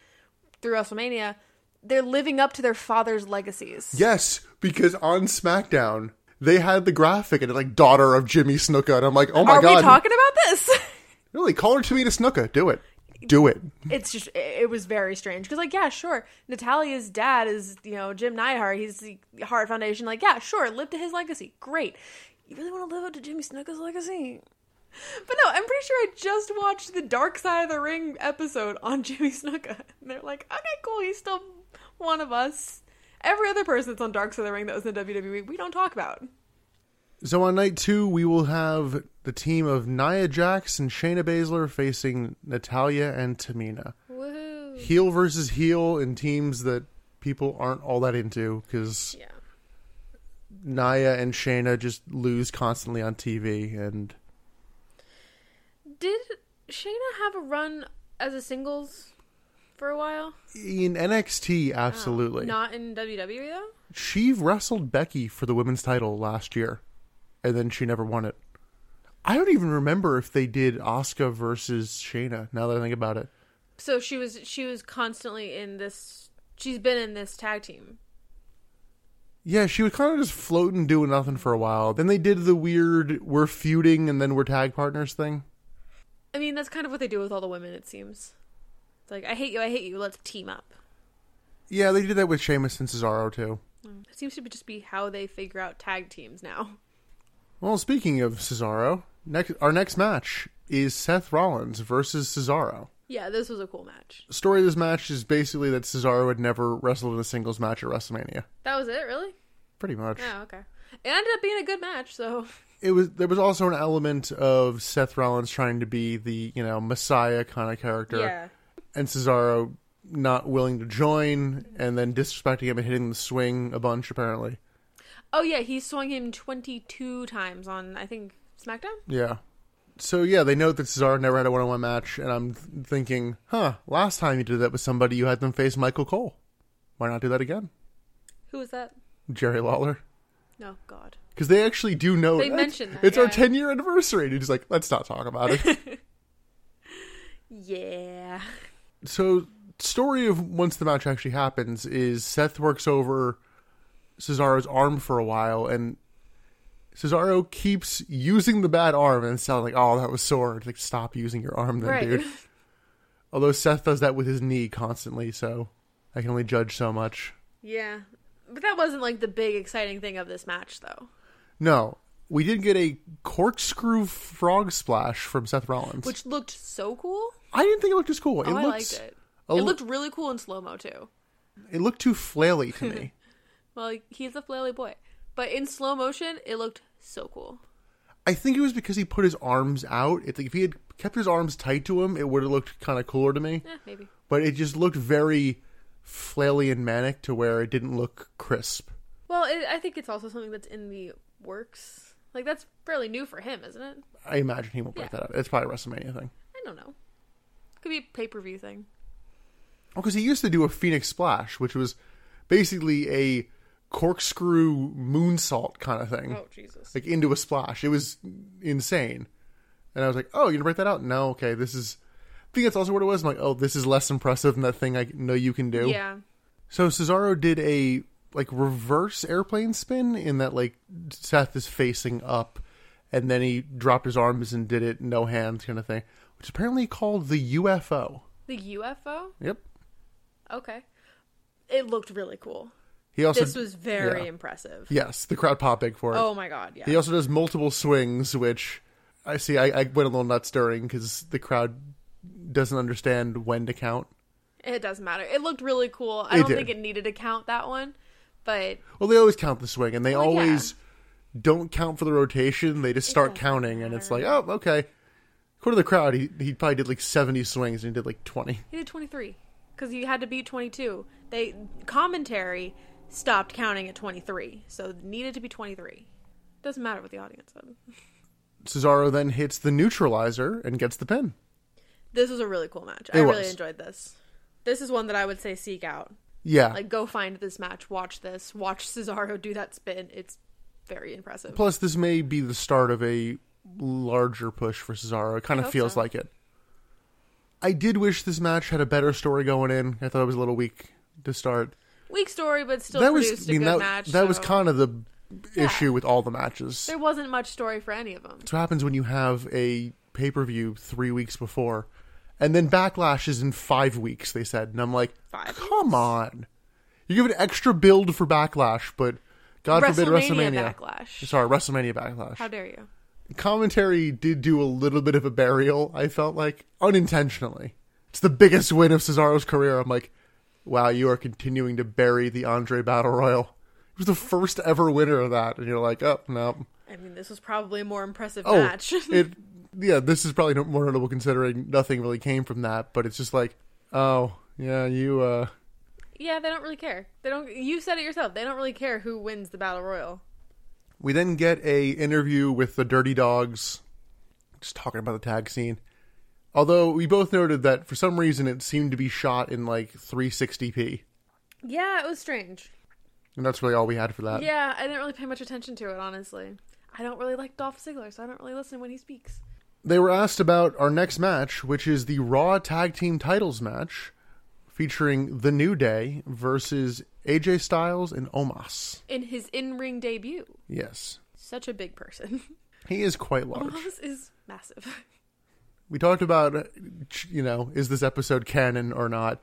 S3: through WrestleMania, they're living up to their father's legacies.
S1: Yes, because on SmackDown they had the graphic and it like daughter of Jimmy Snuka, and I'm like, oh my
S3: Are
S1: god,
S3: we talking about this?
S1: really? Call her Tamina Snuka. Do it, do it.
S3: it's just it was very strange because like yeah sure natalia's dad is you know jim neihart he's the hart foundation like yeah sure live to his legacy great you really want to live up to jimmy snuka's legacy but no i'm pretty sure i just watched the dark side of the ring episode on jimmy snuka and they're like okay cool he's still one of us every other person that's on dark side of the ring that was in wwe we don't talk about
S1: So on night two, we will have the team of Nia Jax and Shayna Baszler facing Natalia and Tamina,
S3: woohoo
S1: heel versus heel in teams that people aren't all that into because
S3: yeah
S1: Nia and Shayna just lose constantly on TV, and
S3: did shayna have a run as a singles for a while
S1: in NXT, absolutely.
S2: Not in WWE though.
S1: she wrestled Becky for the women's title last year, and then she never won it. I don't even remember if they did Oscar versus Shayna. Now that I think about it,
S2: So she was she was constantly in this. She's been in this tag team.
S1: yeah, she was kind of just floating, doing nothing for a while. Then they did the weird "we're feuding" and then we're tag partners thing.
S2: I mean, that's kind of what they do with all the women. It seems. It's like I hate you, I hate you. Let's team up.
S1: Yeah, they did that with Sheamus and Cesaro too.
S2: It seems to be just be how they figure out tag teams now.
S1: Well, speaking of Cesaro, next our next match is Seth Rollins versus Cesaro.
S2: Yeah, this was a cool match.
S1: The story of this match is basically that Cesaro had never wrestled in a singles match at WrestleMania.
S2: That was it, really.
S1: Pretty much.
S2: Oh, okay. It ended up being a good match. So
S1: it was there was also an element of Seth Rollins trying to be the you know messiah kind of character,
S2: yeah,
S1: and Cesaro not willing to join, and then disrespecting him and hitting the swing a bunch apparently.
S2: Oh yeah, he swung him twenty two times on I think SmackDown.
S1: Yeah. So yeah, they note that Cesaro never had a one-on-one match, and I'm th- thinking, huh? Last time you did that with somebody, you had them face Michael Cole. Why not do that again,
S2: Who was that?
S1: Jerry Lawler?
S2: No, God.
S1: Because they actually do know.
S2: They
S1: "That's-
S2: mentioned that,
S1: it's our
S2: yeah.
S1: 10 year anniversary, and he's like, let's not talk about it.
S2: Yeah.
S1: so story of once the match actually happens is Seth works over Cesaro's arm for a while and Cesaro keeps using the bad arm and it's not like, oh, that was sore. It's like, stop using your arm then,
S2: Right.
S1: dude. Although Seth does that with his knee constantly, so I can only judge so much.
S2: Yeah. But that wasn't like the big exciting thing of this match though.
S1: No, we did get a corkscrew frog splash from Seth Rollins.
S2: Which looked so cool.
S1: I didn't think it looked as cool. It
S2: Oh, I
S1: looked,
S2: liked it.
S1: a
S2: It
S1: l-
S2: looked really cool in slow mo too.
S1: it looked too flaily to me.
S2: Well, he's a flaily boy. But in slow motion, it looked so cool.
S1: I think it was because he put his arms out. It's like if he had kept his arms tight to him, it would have looked kind of cooler to me.
S2: Yeah, maybe.
S1: But it just looked very flaily and manic to where it didn't look crisp.
S2: Well, it, I think it's also something that's in the works. Like that's fairly new for him, isn't it?
S1: I imagine he won't break
S2: Yeah.
S1: that up. It's probably a WrestleMania thing.
S2: I don't know. Could be a pay per view thing.
S1: because he used to do a Phoenix Splash, which was basically a corkscrew moonsault kind of thing,
S2: Oh Jesus!
S1: like into a splash. It was insane, and I was like, "Oh, you're gonna break that out? No, okay, this is." I think that's also what it was. I'm like, "Oh, this is less impressive than that thing I know you can do."
S2: Yeah,
S1: So Cesaro did a like reverse airplane spin in that like Seth is facing up, and then he dropped his arms and did it no hands kind of thing, which is apparently called the UFO.
S2: the UFO.
S1: Yep.
S2: Okay, it looked really cool.
S1: He also
S2: This was very
S1: yeah.
S2: impressive.
S1: yes the crowd popping for it.
S2: Oh my god! Yeah.
S1: He also does multiple swings, which I see. I, I went a little nuts during because the crowd doesn't understand when to count.
S2: It doesn't matter. It looked really cool. I
S1: It
S2: don't
S1: did.
S2: think it needed to count that one, but
S1: Well, they always count the swing, and they
S2: Well, yeah.
S1: always don't count for the rotation. They just start counting, and it's
S2: Uh-huh.
S1: like, oh, okay. According to the crowd, he, he probably did like 70 swings and he did like 20.
S2: he did 23 because he had to beat 22. They commentary stopped counting at 23, so it needed to be 23. Doesn't matter what the audience said.
S1: Cesaro then hits the neutralizer and gets the pin.
S2: This was a really cool match. I
S1: It
S2: really
S1: was.
S2: enjoyed this. This is one that I would say seek out.
S1: Yeah.
S2: Like, go find this match, watch this, watch Cesaro do that spin. It's very impressive.
S1: Plus, this may be the start of a larger push for Cesaro. It kind
S2: I
S1: of
S2: hope
S1: feels
S2: so.
S1: like it. I did wish this match had a better story going in. I thought it was a little weak to start.
S2: Weak story, but still
S1: that
S2: produced
S1: was, I mean,
S2: a
S1: that,
S2: good match.
S1: that was
S2: so
S1: kind of the issue with all the matches.
S2: There wasn't much story for any of them.
S1: That's what happens when you have a pay per view three weeks before, and then Backlash is in five weeks. They said, and I'm like,
S2: Five
S1: come on, you give an extra build for Backlash, but God forbid WrestleMania.
S2: WrestleMania Backlash.
S1: Sorry, WrestleMania Backlash.
S2: How dare you?
S1: Commentary did do a little bit of a burial. I felt like unintentionally. It's the biggest win of Cesaro's career. I'm like, wow, you are continuing to bury the Andre Battle Royal. It was the first ever winner of that, and you're like, oh no.
S2: I mean, this was probably a more impressive
S1: Oh,
S2: match.
S1: it yeah, this is probably no- more notable considering nothing really came from that, but it's just like, oh yeah, you uh
S2: yeah, they don't really care. They don't. You said it yourself. They don't really care who wins the battle royal.
S1: We then get a interview with the Dirty Dogs, just talking about the tag scene. Although we both noted that for some reason it seemed to be shot in like 360p,
S2: Yeah, it was strange.
S1: and that's really all we had for that.
S2: Yeah, I didn't really pay much attention to it, honestly. I don't really like Dolph Ziggler, so I don't really listen when he speaks.
S1: They were asked about our next match, which is the Raw Tag Team Titles match, featuring The New Day versus AJ Styles and Omos.
S2: In his in ring debut,
S1: Yes,
S2: such a big person.
S1: he is quite large.
S2: Omos is massive.
S1: we talked about uh, you know is this episode canon or not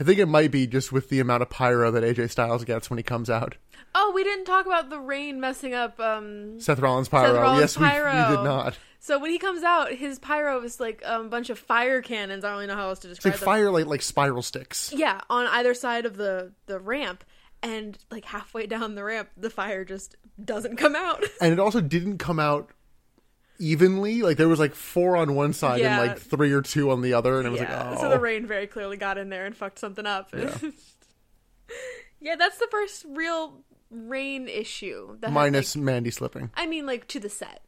S1: i think it might be just with the amount of pyro that aj styles gets when he comes out
S2: Oh, we didn't talk about the rain messing up. um
S1: seth rollins pyro
S2: Rollins
S1: yes we- We,
S2: pyro.
S1: did not
S2: So when he comes out, his pyro is like um, a bunch of fire cannons. I don't really know how else to
S1: it's like
S2: describe them.
S1: firelight like spiral sticks
S2: Yeah, on either side of the the ramp, and like halfway down the ramp, the fire just doesn't come out.
S1: and it also didn't come out evenly like there was like four on one side
S2: Yeah.
S1: and like three or two on the other and it was
S2: yeah,
S1: like oh
S2: so the rain very clearly got in there and fucked something up. Yeah, that's the first real rain issue. That had,
S1: minus
S2: like-
S1: mandy slipping
S2: I mean, like to the set.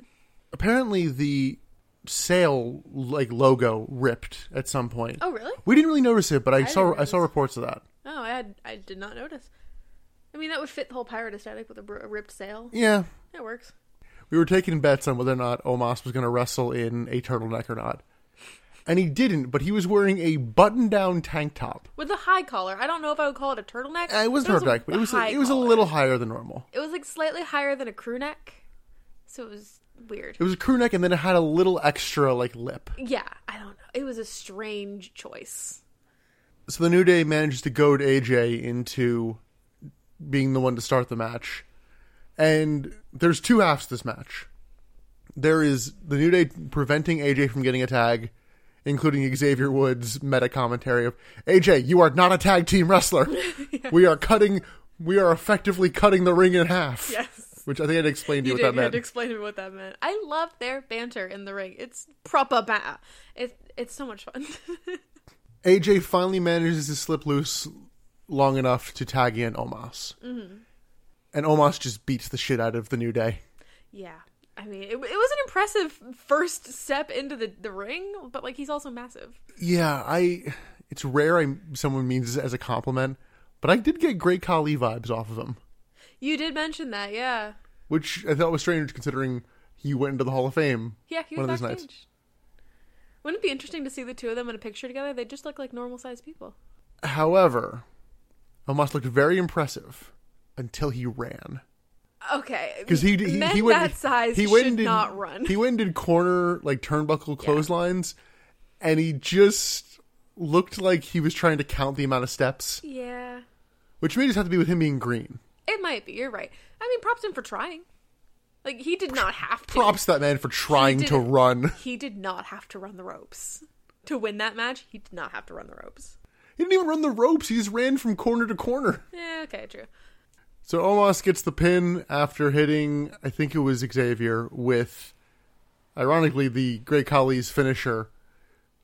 S1: apparently the sail like logo ripped at some point
S2: Oh, really?
S1: we didn't really notice it but i, saw
S2: didn't
S1: i saw reports of that
S2: Oh, I had, I did not notice. I mean, that would fit the whole pirate aesthetic with a, br- a ripped sail.
S1: yeah
S2: That works.
S1: we were taking bets on whether or not Omos was going to wrestle in a turtleneck or not. And he didn't, but he was wearing a button-down tank top.
S2: With a high collar, I don't know if I would call it a turtleneck.
S1: Uh, It wasn't
S2: a
S1: turtleneck, but it was
S2: high
S1: it was a
S2: collar.
S1: little higher than normal.
S2: It was like slightly higher than a crew neck, so it was weird.
S1: It was a crew neck, and then it had a little extra like lip.
S2: Yeah, I don't know. It was a strange choice.
S1: So the New Day manages to goad AJ into being the one to start the match. And there's two halves to this match. There is the New Day preventing AJ from getting a tag, including Xavier Woods' meta commentary of AJ, you are not a tag team wrestler. We are cutting we are effectively cutting the ring in half.
S2: Yes.
S1: Which I think I'd explained to you,
S2: You,
S1: what
S2: did,
S1: that
S2: you had
S1: meant.
S2: to explain to me what that meant. I love their banter in the ring. It's proper banter. It, it's so much fun.
S1: AJ finally manages to slip loose long enough to tag
S2: Mm-hmm.
S1: in Omos. And Omos just beats the shit out of the New Day.
S2: yeah. I mean, it, it was an impressive first step into the, the ring, but like he's also massive.
S1: Yeah, I. It's rare I someone means this as a compliment, but I did get great Kali vibes off of him,
S2: You did mention that, yeah,
S1: which I thought was strange considering he went into the Hall of Fame.
S2: yeah. He
S1: One
S2: was
S1: of those
S2: backstage.
S1: nights.
S2: Wouldn't it be interesting to see the two of them in a picture together? They just look like normal sized people.
S1: However, Omos looked very impressive until he ran
S2: Okay,
S1: because he he,
S2: men
S1: he went
S2: that size
S1: he
S2: should
S1: went and did-
S2: not run.
S1: He went and did corner like turnbuckle clotheslines, and he just looked like he was trying to count the amount of steps,
S2: yeah,
S1: which may just have to be with him being green.
S2: it might be. You're right. I mean, props to him for trying. Like he did not have to.
S1: Props to that man for trying to
S2: didn't-
S1: run.
S2: He did not have to run the ropes to win that match. He did not have to run the ropes.
S1: He didn't even run the ropes. He just ran from corner to corner.
S2: Yeah, okay, true.
S1: So Omos gets the pin after hitting, I think it was Xavier, with, ironically, the Great Khali's finisher,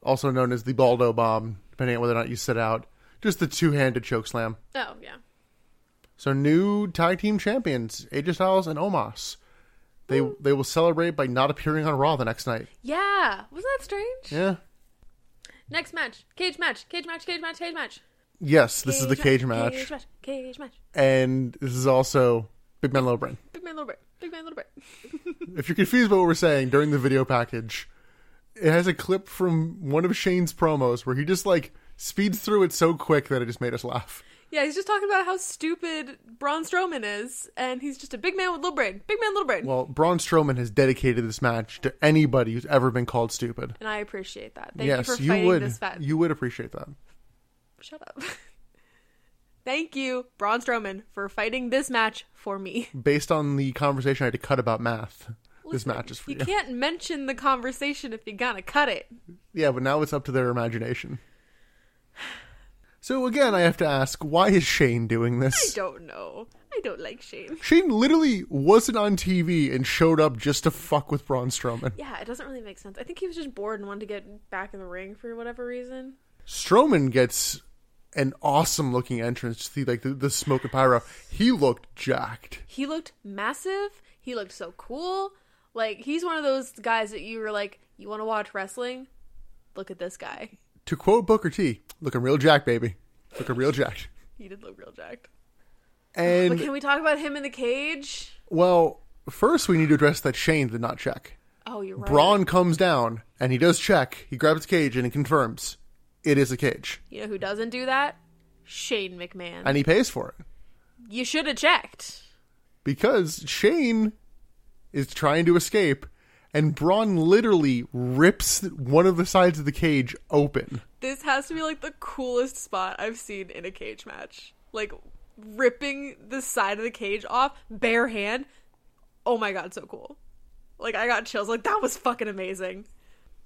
S1: also known as the Baldo Bomb, depending on whether or not you sit out. Just the two-handed choke slam.
S2: Oh yeah.
S1: So new tag team champions, AJ Styles and Omos. They they will celebrate by not appearing on Raw the next night.
S2: Yeah, wasn't that strange?
S1: Yeah.
S2: Next match, cage match, cage match, cage match, cage match.
S1: Yes, this is the cage match,
S2: Cage match, cage match.
S1: and this is also Big Man Lowbrain.
S2: Big man, little bit. Big man, little bit.
S1: if you're confused about what we're saying during the video package, it has a clip from one of Shane's promos where he just like speeds through it so quick that it just made us laugh.
S2: Yeah, he's just talking about how stupid Braun Strowman is, and he's just a big man with little brain. Big man, little brain.
S1: Well, Braun Strowman has dedicated this match to anybody who's ever been called stupid.
S2: and I appreciate that. Thank
S1: yes,
S2: you for fighting
S1: would.
S2: this fat.
S1: You would appreciate that.
S2: Shut up. Thank you, Braun Strowman, for fighting this match for me.
S1: Based on the conversation I had to cut about math, this
S2: Listen,
S1: match is for you.
S2: You can't mention the conversation if you're gonna cut it.
S1: Yeah, but now it's up to their imagination. So again, I have to ask, why is Shane doing
S2: I
S1: this?
S2: don't know. I don't like shame.
S1: Shane literally wasn't on TV and showed up just to fuck with Braun Strowman.
S2: Yeah, it doesn't really make sense. I think he was just bored and wanted to get back in the ring for whatever reason.
S1: Strowman gets an awesome looking entrance to the, like the, the smoke and pyro. He looked jacked.
S2: He looked massive. He looked so cool. Like he's one of those guys that you were like, you want to watch wrestling? Look at this guy.
S1: To quote Booker T, looking real jacked, baby. Looking real jacked.
S2: He did look real jacked. But
S1: And
S2: can we talk about him in the cage?
S1: well, first we need to address that Shane did not check.
S2: Oh, you're right.
S1: Braun comes down and he does check. He grabs the cage and he confirms it is a cage.
S2: You know who doesn't do that? Shane McMahon.
S1: And he pays for it.
S2: you should have checked.
S1: Because Shane is trying to escape and Braun literally rips one of the sides of the cage open.
S2: This has to be like the coolest spot I've seen in a cage match. Like ripping the side of the cage off bare hand. Oh my god, so cool. Like I got chills. Like that was fucking amazing.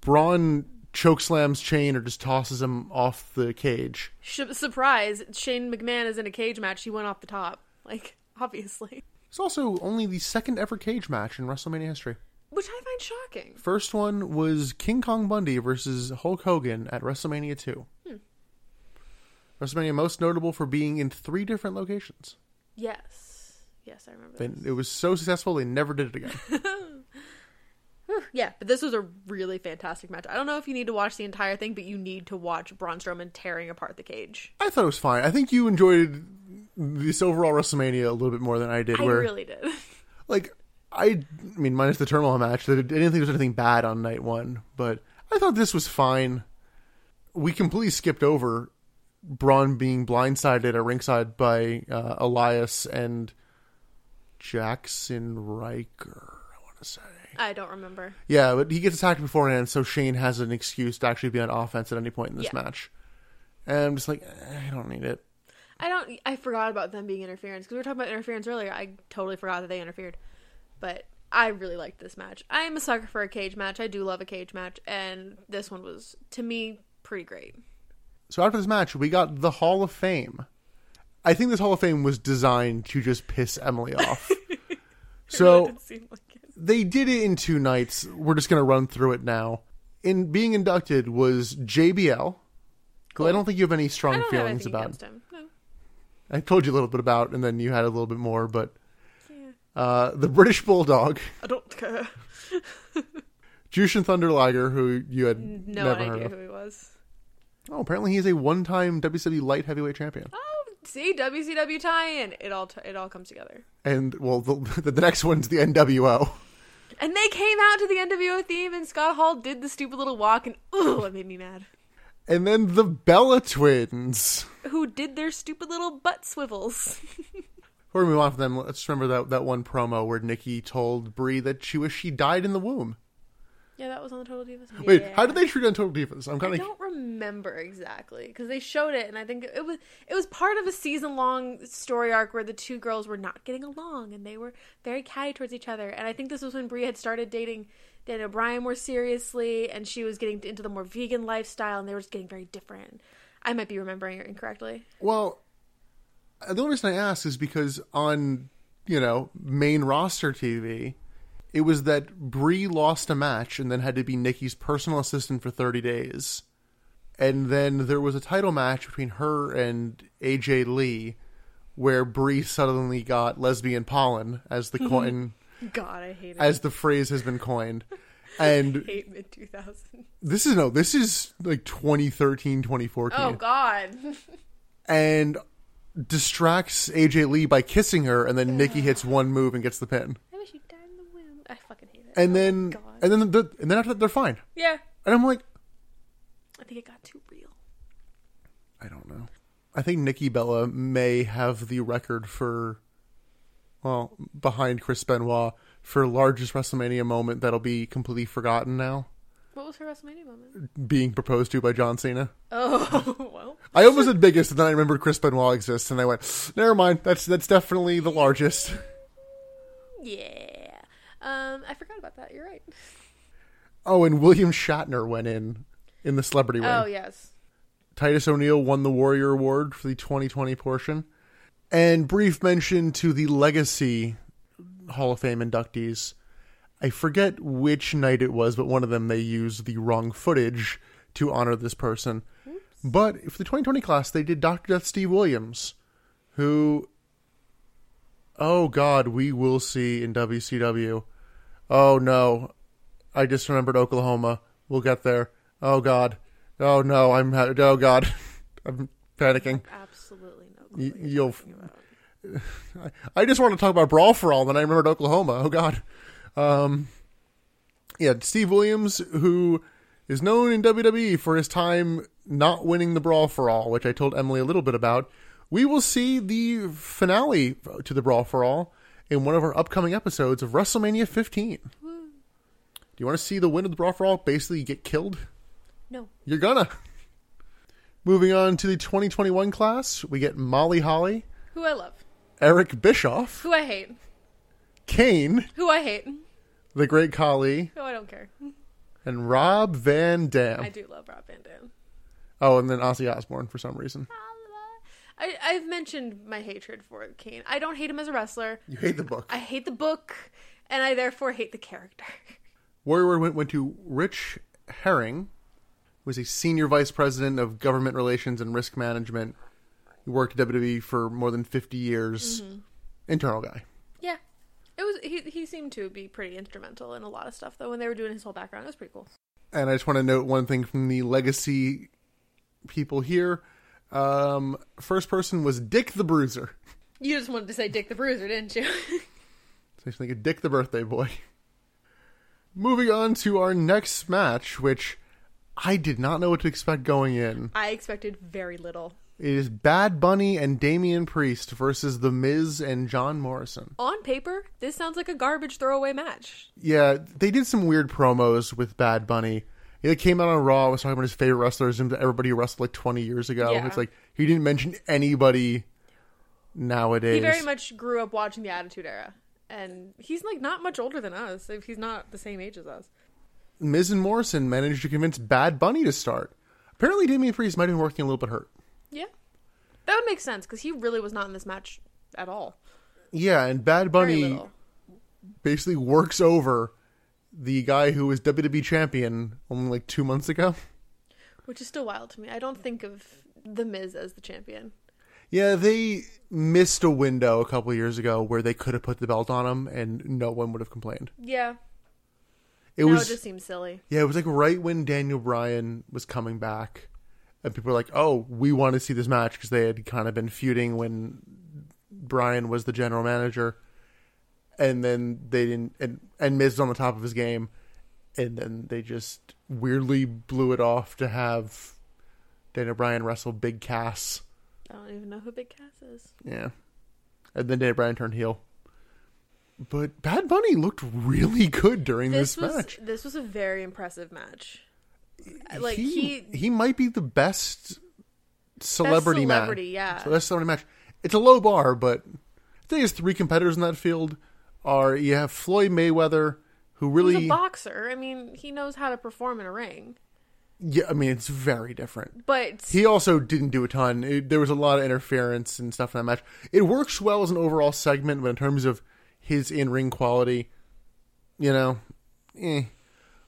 S1: Braun chokeslams Chain or just tosses him off the cage.
S2: Sh- surprise, Shane McMahon is in a cage match. He went off the top. Like obviously.
S1: It's also only the second ever cage match in WrestleMania history.
S2: Which I find shocking.
S1: First one was King Kong Bundy versus Hulk Hogan at WrestleMania 2. WrestleMania most notable for being in three different locations.
S2: Yes. Yes, I remember that.
S1: They- It was so successful they never did it again.
S2: Yeah, but this was a really fantastic match. I don't know if you need to watch the entire thing, but you need to watch Braun Strowman tearing apart the cage.
S1: I thought it was fine. I think you enjoyed this overall WrestleMania a little bit more than I did.
S2: I
S1: where
S2: really did.
S1: like I, I mean, minus the turmoil match, I didn't think there was anything bad on night one, but I thought this was fine. We completely skipped over Braun being blindsided at ringside by uh, Elias and Jackson Riker. I want to say,
S2: I don't remember.
S1: yeah, but he gets attacked beforehand, so Shane has an excuse to actually be on offense at any point in this
S2: Yeah.
S1: match. And I'm just like, eh, I don't need it.
S2: I don't. I forgot about them being interference because we were talking about interference earlier. I totally forgot that they interfered. But I really liked this match. I am a sucker for a cage match. I do love a cage match, and this one was to me pretty great.
S1: So after this match, we got the Hall of Fame. I think this Hall of Fame was designed to just piss Emily off. so
S2: It seemed like it.
S1: they did it in two nights. We're just going to run through it now. In being inducted was JBL. who I don't think you have any
S2: I
S1: strong
S2: don't have
S1: feelings
S2: anything
S1: about.
S2: against him. No.
S1: I told you a little bit about, and then you had a little bit more, but Uh, the British Bulldog,
S2: I don't care.
S1: Jushin Thunder Liger, who you had
S2: No
S1: never
S2: one
S1: heard
S2: idea
S1: of.
S2: who he was.
S1: Oh, apparently he's a one-time WWE light heavyweight champion.
S2: Oh, see WCW tie-in. It all t- it all comes together.
S1: And well, the, the next one's the NWO.
S2: And they came out to the NWO theme, and Scott Hall did the stupid little walk, and ooh, it made me mad.
S1: And then the Bella Twins.
S2: Who did their stupid little butt swivels?
S1: Before we move on from them, let's remember that, that one promo where Nikki told Brie that she wished she died in the womb.
S2: yeah, that was on the Total Divas.
S1: Wait,
S2: yeah.
S1: how did they treat on Total Divas? I'm
S2: I
S1: kind of
S2: don't remember exactly because they showed it, and I think it was it was part of a season long story arc where the two girls were not getting along, and they were very catty towards each other. And I think this was when Brie had started dating Dan O'Brien more seriously, and she was getting into the more vegan lifestyle, and they were just getting very different. I might be remembering it incorrectly.
S1: well. The only reason I ask is because on you know main roster TV, it was that Brie lost a match and then had to be Nikki's personal assistant for 30 days, and then there was a title match between her and AJ Lee, where Brie suddenly got lesbian pollen as the coin
S2: God, I hate it.
S1: as the phrase has been coined, and
S2: hate mid 2000.
S1: this is no this is like 2013 2014
S2: Oh God.
S1: and distracts aj lee by kissing her and then nikki hits one move and gets the pin
S2: I wish you died in the womb. I fucking hate it. Oh,
S1: and then
S2: God.
S1: and then the, and then after that they're fine
S2: yeah,
S1: and i'm like
S2: I think it got too real.
S1: i don't know i think nikki bella may have the record for well behind chris benoit for largest wrestlemania moment that'll be completely forgotten now
S2: What was her WrestleMania moment?
S1: being proposed to by john cena
S2: Oh well.
S1: I almost said biggest, and then I remembered Chris Benoit exists, and I went, "Never mind. That's that's definitely the largest."
S2: Yeah. Um, I forgot about that. You're right.
S1: Oh, and William Shatner went in in the celebrity ring.
S2: Oh yes.
S1: Titus O'Neil won the Warrior Award for the 2020 portion. And brief mention to the legacy Hall of Fame inductees. I forget which night it was, but one of them they used the wrong footage to honor this person. But for the 2020 class, they did Dr. Death Steve Williams, who, oh God, we will see in WCW. Oh no, I just remembered Oklahoma. We'll get there. Oh God. Oh no, I'm ha- oh God, I'm panicking.
S2: Absolutely no.
S1: Y- you'll. I, I just want to talk about Brawl for All, then I remembered Oklahoma. Oh God. Um, yeah, Steve Williams, who is known in WWE for his time not winning the Brawl for All, which I told Emily a little bit about. We will see the finale to the Brawl for All in one of our upcoming episodes of WrestleMania 15. Do you want to see the win of the Brawl for All basically get killed?
S2: No.
S1: You're gonna. Moving on to the 2021 class, we get Molly Holly,
S2: Who I love.
S1: Eric Bischoff,
S2: Who I hate.
S1: Kane,
S2: Who I hate.
S1: the Great Khali,
S2: Who I don't care.
S1: and Rob Van
S2: I
S1: Dam.
S2: do love Rob Van Dam.
S1: Oh, and then Ozzy Osbourne for some reason.
S2: I, I've mentioned my hatred for Kane. I don't hate him as a wrestler.
S1: You hate the book.
S2: I hate the book, and I therefore hate the character.
S1: Warrior went, went to Rich Herring, who is a senior vice president of government relations and risk management. He worked at WWE for more than 50 years. Internal guy.
S2: Yeah. It was he, he seemed to be pretty instrumental in a lot of stuff though when they were doing his whole background. It was pretty cool.
S1: And I just want to note one thing from the legacy people here. Um, first person was Dick the Bruiser.
S2: You just wanted to say Dick the Bruiser, didn't you?
S1: So I just think of Dick the Birthday Boy. Moving on to our next match, which I did not know what to expect going in.
S2: I expected very little.
S1: It is Bad Bunny and Damian Priest versus The Miz and John Morrison.
S2: On paper, this sounds like a garbage throwaway match.
S1: Yeah, they did some weird promos with Bad Bunny. It came out on Raw, was talking about his favorite wrestlers and everybody who wrestled like 20 years ago.
S2: Yeah.
S1: It's like he didn't mention anybody
S2: He
S1: nowadays.
S2: very much grew up watching the Attitude Era, and he's like not much older than us. If he's not the same age as us,
S1: Miz and Morrison managed to convince Bad Bunny to start. Apparently, Damian Priest might have been working a little bit hurt.
S2: yeah, that would make sense because he really was not in this match at all.
S1: Yeah, and Bad
S2: Very
S1: Bunny
S2: little.
S1: basically works over the guy who was WWE champion only like two months ago.
S2: Which is still wild to me. I don't think of the Miz as the champion.
S1: Yeah, they missed a window a couple years ago where they could have put the belt on him and no one would have complained.
S2: Yeah.
S1: It
S2: no,
S1: was
S2: it just seems silly.
S1: yeah, it was like right when Daniel Bryan was coming back, and people were like, "Oh, we want to see this match" because they had kind of been feuding when Bryan was the general manager, and then they didn't, and and Miz was on the top of his game, and then they just weirdly blew it off to have Daniel Bryan wrestle Big Cass,
S2: I don't even know who Big Cass is.
S1: yeah, and then Daniel Bryan turned heel. But Bad Bunny looked really good during this,
S2: This was
S1: match.
S2: this was a very impressive match. Like
S1: he,
S2: he,
S1: he might be the best celebrity,
S2: celebrity,
S1: match.
S2: yeah.
S1: So that's celebrity match. It's a low bar, but I think it's three competitors in that field. Are you have Floyd Mayweather, who
S2: he's
S1: really,
S2: a boxer. I mean, he knows how to perform in a ring.
S1: yeah, I mean, it's very different.
S2: But
S1: He also didn't do a ton. It, there was a lot of interference and stuff in that match. It works well as an overall segment, but in terms of his in ring quality, you know, eh.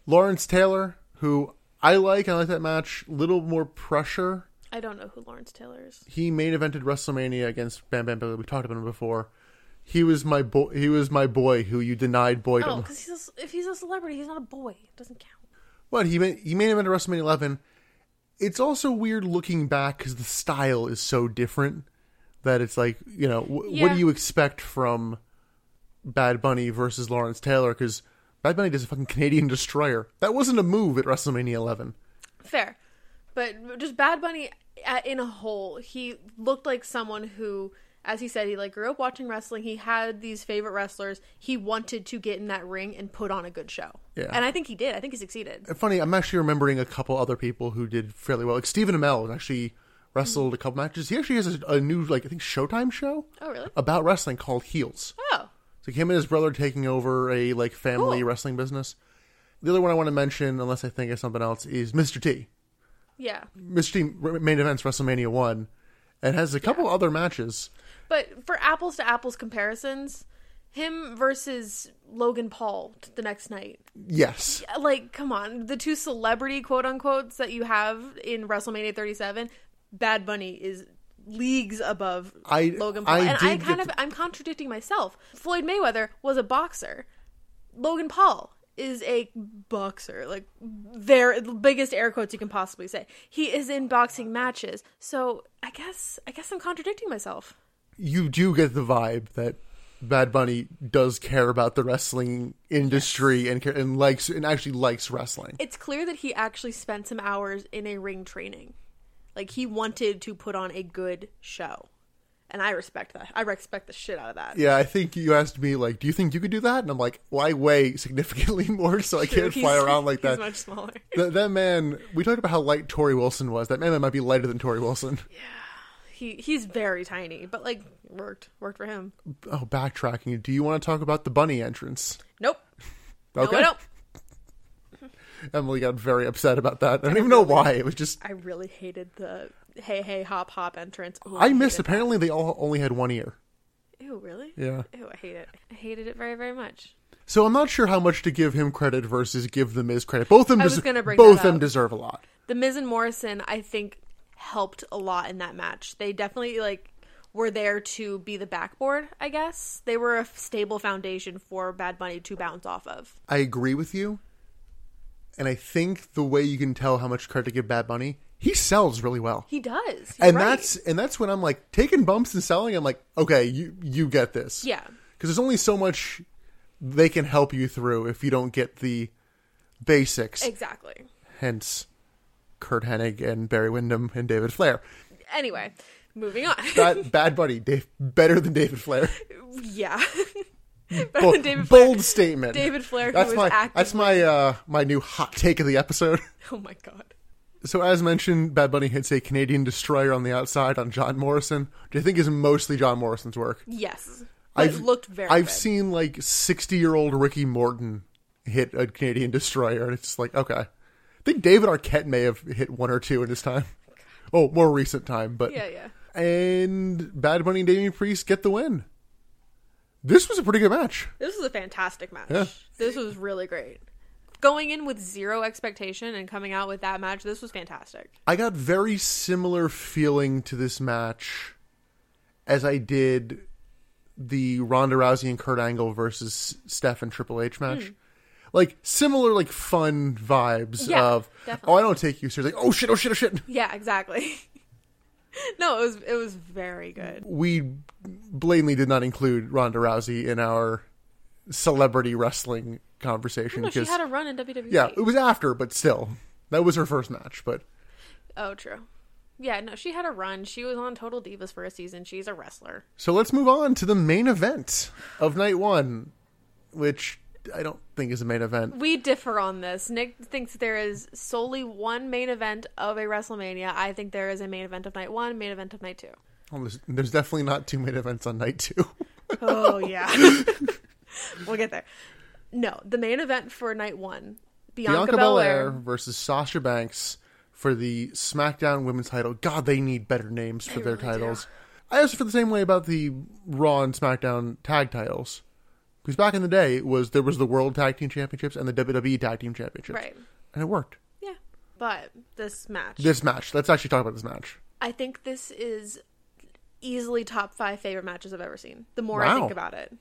S1: Lawrence Taylor, who I like, I like that match. Little more pressure
S2: I don't know who Lawrence Taylor is.
S1: he main evented WrestleMania against Bam Bam Bigelow. We talked about him before. He was my boy. He was my boy who you denied
S2: Oh,
S1: boydom.
S2: because he's a c if he's a celebrity, he's not a boy. It doesn't count.
S1: But he main, he main evented WrestleMania 11. It's also weird looking back because the style is so different that it's like you know w- what
S2: Yeah.
S1: do you expect from Bad Bunny versus Lawrence Taylor? Because Bad Bunny does a fucking Canadian Destroyer. That wasn't a move at WrestleMania 11.
S2: Fair, but just Bad Bunny a- in a whole, he looked like someone who, as he said, he like grew up watching wrestling. He had these favorite wrestlers. He wanted to get in that ring and put on a good show.
S1: Yeah.
S2: and I think he did. I think he succeeded.
S1: funny, I'm actually remembering a couple other people who did fairly well. Like Stephen Amell actually wrestled a couple matches. He actually has a, a new, like I think, Showtime show
S2: Oh really?
S1: about wrestling called Heels.
S2: Oh,
S1: So him and his brother taking over a like family
S2: Cool.
S1: wrestling business. The other one I want to mention, unless I think of something else, is Mr. T.
S2: yeah.
S1: Mr. T r- main events WrestleMania one, and has a couple other matches.
S2: But for apples to apples comparisons, him versus Logan Paul t- the next night.
S1: Yes,
S2: Like, come on, the two celebrity quote unquotes that you have in WrestleMania 37, Bad Bunny is leagues above
S1: I-
S2: Logan Paul.
S1: I
S2: and I
S1: did
S2: kind
S1: get
S2: of I'm contradicting myself. Floyd Mayweather was a boxer. Logan Paul is a boxer, like their biggest air quotes you can possibly say. He is in boxing matches. So, I guess I guess I'm contradicting myself.
S1: you do get the vibe that Bad Bunny does care about the wrestling industry and care, and likes and actually likes wrestling.
S2: it's clear that he actually spent some hours in a ring training. Like he wanted to put on a good show. And I respect that. I respect the shit out of that.
S1: Yeah, I think you asked me like, do you think you could do that? And I'm like, well, I weigh significantly more, so I can't
S2: He's-
S1: fly around like
S2: he's
S1: that.
S2: much smaller.
S1: Th- that man, we talked about how light Tori Wilson was. That man might be lighter than Tori Wilson.
S2: He he's very tiny, but like worked worked for him.
S1: Oh, backtracking. Do you want to talk about the bunny entrance?
S2: Nope.
S1: Okay.
S2: No, I don't.
S1: Emily got very upset about that. I don't even know why. It was just
S2: I really hated the hey hey hop hop entrance. Ooh,
S1: I missed.
S2: hated
S1: Apparently, they all only had one ear.
S2: it. Ew, really?
S1: Yeah.
S2: Ew, I hate it. I hated it very very much.
S1: So I'm not sure how much to give him credit versus give the Miz credit. Both of them,
S2: I was
S1: des-
S2: gonna bring
S1: both of
S2: that
S1: them
S2: up.
S1: deserve a lot.
S2: the Miz and Morrison, I think, helped a lot in that match. They definitely like were there to be the backboard. I guess they were a f- stable foundation for Bad Bunny to bounce off of.
S1: I agree with you. And I think the way you can tell how much credit to give Bad Bunny, he sells really well.
S2: He does, He's
S1: and
S2: right.
S1: that's and that's when I'm like taking bumps and selling. I'm like, okay, you you get this.
S2: Yeah.
S1: Because there's only so much they can help you through if you don't get the basics.
S2: exactly.
S1: Hence, Kurt Hennig and Barry Windham and David Flair.
S2: Anyway, moving on.
S1: Bad, bad buddy, Dave, better than David Flair.
S2: yeah,
S1: Bold,
S2: David Flair-
S1: bold statement.
S2: David Flair,
S1: That's
S2: who
S1: my
S2: was acting.
S1: that's my uh, my new hot take of the episode.
S2: oh my god.
S1: So as mentioned, Bad Bunny hits a Canadian destroyer on the outside on John Morrison, which I think is mostly John Morrison's work.
S2: Yes, But it looked very.
S1: I've
S2: good.
S1: seen like sixty year old Ricky Morton hit a Canadian destroyer, and it's just like okay. I think David Arquette may have hit one or two in his time. Oh, more recent time, but
S2: Yeah, yeah.
S1: And Bad Bunny and Damian Priest get the win. This was a pretty good match.
S2: This was a fantastic match.
S1: Yeah.
S2: This was really great. Going in with zero expectation and coming out with that match, this was fantastic.
S1: I got very similar feeling to this match as I did the Ronda Rousey and Kurt Angle versus Steph and Triple H match.
S2: Hmm.
S1: Like similar, like fun vibes
S2: Yeah,
S1: of
S2: definitely.
S1: oh I don't take you seriously. Like, oh shit, oh shit, oh shit.
S2: Yeah, exactly. no, it was it was very good.
S1: We blatantly did not include Ronda Rousey in our celebrity wrestling conversation
S2: No, she
S1: because
S2: had a run in E. WWE.
S1: yeah, it was after, but still that was her first match. But
S2: Oh, true. Yeah, no, she had a run. She was on Total Divas for a season. She's a wrestler.
S1: so let's move on to the main event of night one, which I don't think is a main event.
S2: We differ on this. Nick thinks there is solely one main event of a WrestleMania. I think there is a main event of night one, main event of night two.
S1: Well, there's, there's definitely not two main events on night two.
S2: Oh yeah. we'll get there. No, the main event for night one, Bianca,
S1: Bianca
S2: Belair.
S1: Belair versus Sasha Banks for the SmackDown Women's title. God, they need better names for
S2: They
S1: their
S2: really do.
S1: titles. I also feel the same way about the Raw and SmackDown tag titles. Because back in the day, it was there was the World Tag Team Championships and the WWE Tag Team Championships,
S2: Right.
S1: And it worked.
S2: Yeah. But this match.
S1: This match. Let's actually talk about this match.
S2: I think this is easily top five favorite matches I've ever seen. The more I
S1: Wow.
S2: think about it,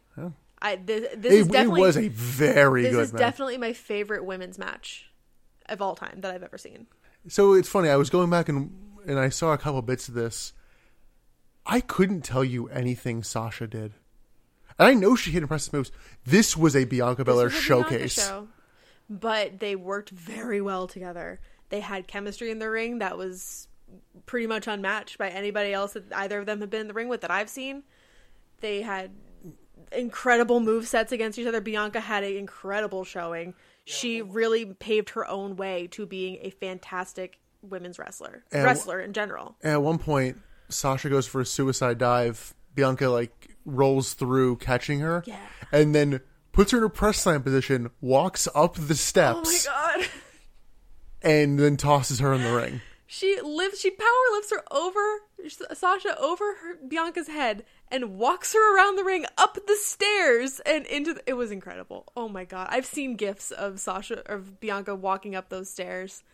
S2: I this, this is
S1: It, it
S2: definitely
S1: was a very
S2: this
S1: good
S2: is
S1: match.
S2: definitely my favorite women's match of all time that I've ever seen.
S1: So it's funny. I was going back and and I saw a couple bits of this. I couldn't tell you anything Sasha did, and I know she hit impressive moves. This was a Bianca
S2: This
S1: Belair
S2: was a Bianca
S1: showcase.
S2: show, but they worked very well together. They had chemistry in the ring that was pretty much unmatched by anybody else that either of them have been in the ring with that I've seen. They had incredible move sets against each other. Bianca had an incredible showing. She really paved her own way to being a fantastic women's wrestler,
S1: And-
S2: wrestler in general.
S1: And at one point, Sasha goes for a suicide dive. Bianca like rolls through, catching her,
S2: Yeah.
S1: and then puts her in a press slam position, walks up the
S2: Oh my
S1: steps,
S2: god.
S1: and then tosses her in the ring.
S2: She lifts, she power lifts her over Sasha over her, Bianca's head and walks her around the ring up the stairs and into. The, it was incredible. Oh my god, I've seen gifs of Sasha of Bianca walking up those stairs.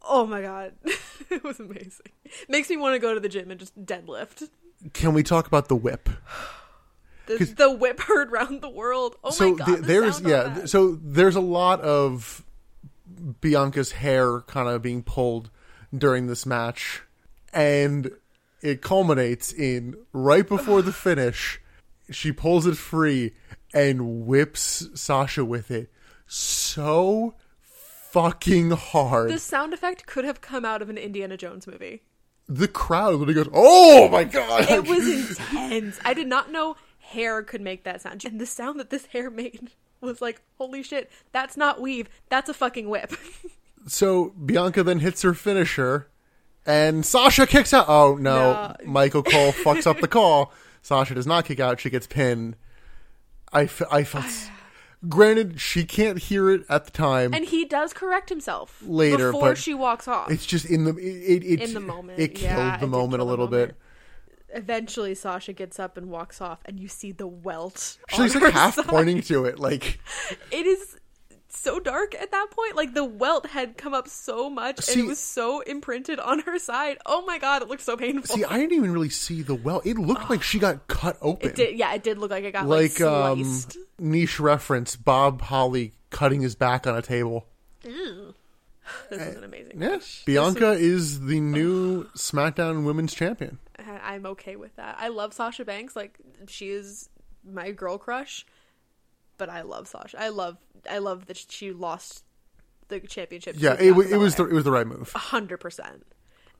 S2: Oh my god, it was amazing. Makes me want to go to the gym and just deadlift.
S1: Can we talk about the whip?
S2: The, the whip heard round the world. Oh
S1: so
S2: my god,
S1: the-
S2: the
S1: there's
S2: sound on
S1: yeah
S2: that.
S1: th- so there's a lot of bianca's hair kind of being pulled during this match and it culminates in right before the finish she pulls it free and whips sasha with it so fucking hard
S2: the sound effect could have come out of an Indiana Jones movie.
S1: the crowd literally goes oh my god
S2: It was intense. I did not know hair could make that sound. And the sound that this hair made was like, holy shit, that's not weave. That's a fucking whip.
S1: so Bianca then hits her finisher, and Sasha kicks out. Oh no!
S2: No.
S1: Michael Cole fucks up the call. Sasha does not kick out. She gets pinned. I, f- I felt. s- Granted, she can't hear it at the time.
S2: and he does correct himself
S1: Later,
S2: before
S1: but
S2: she walks off.
S1: it's just in the it, it, it
S2: In the moment,
S1: It killed
S2: yeah, it
S1: the
S2: did
S1: moment
S2: kill
S1: a
S2: the
S1: little
S2: moment.
S1: bit.
S2: Eventually, Sasha gets up and walks off, and you see the welt. on
S1: She's like
S2: her
S1: half
S2: side.
S1: pointing to it, like
S2: It is so dark at that point. Like the welt had come up so much,
S1: See-
S2: and it was so imprinted on her side. Oh my god, it looked so painful.
S1: see, I didn't even really see the well. It looked like she got cut open,
S2: it did, yeah, it did look like it got
S1: like
S2: like,
S1: um,
S2: sliced.
S1: niche reference. Bob Holly cutting his back on a table.
S2: this is an amazing.
S1: Yeah,
S2: match.
S1: Bianca is the new SmackDown Women's Champion.
S2: and I'm okay with that. I love Sasha Banks. Like she is my girl crush, but I love Sasha. I love I love that she lost the championship. to
S1: Yeah, it,
S2: Bianca
S1: wa- it was the,
S2: Belair.
S1: it was the right move.
S2: a hundred percent.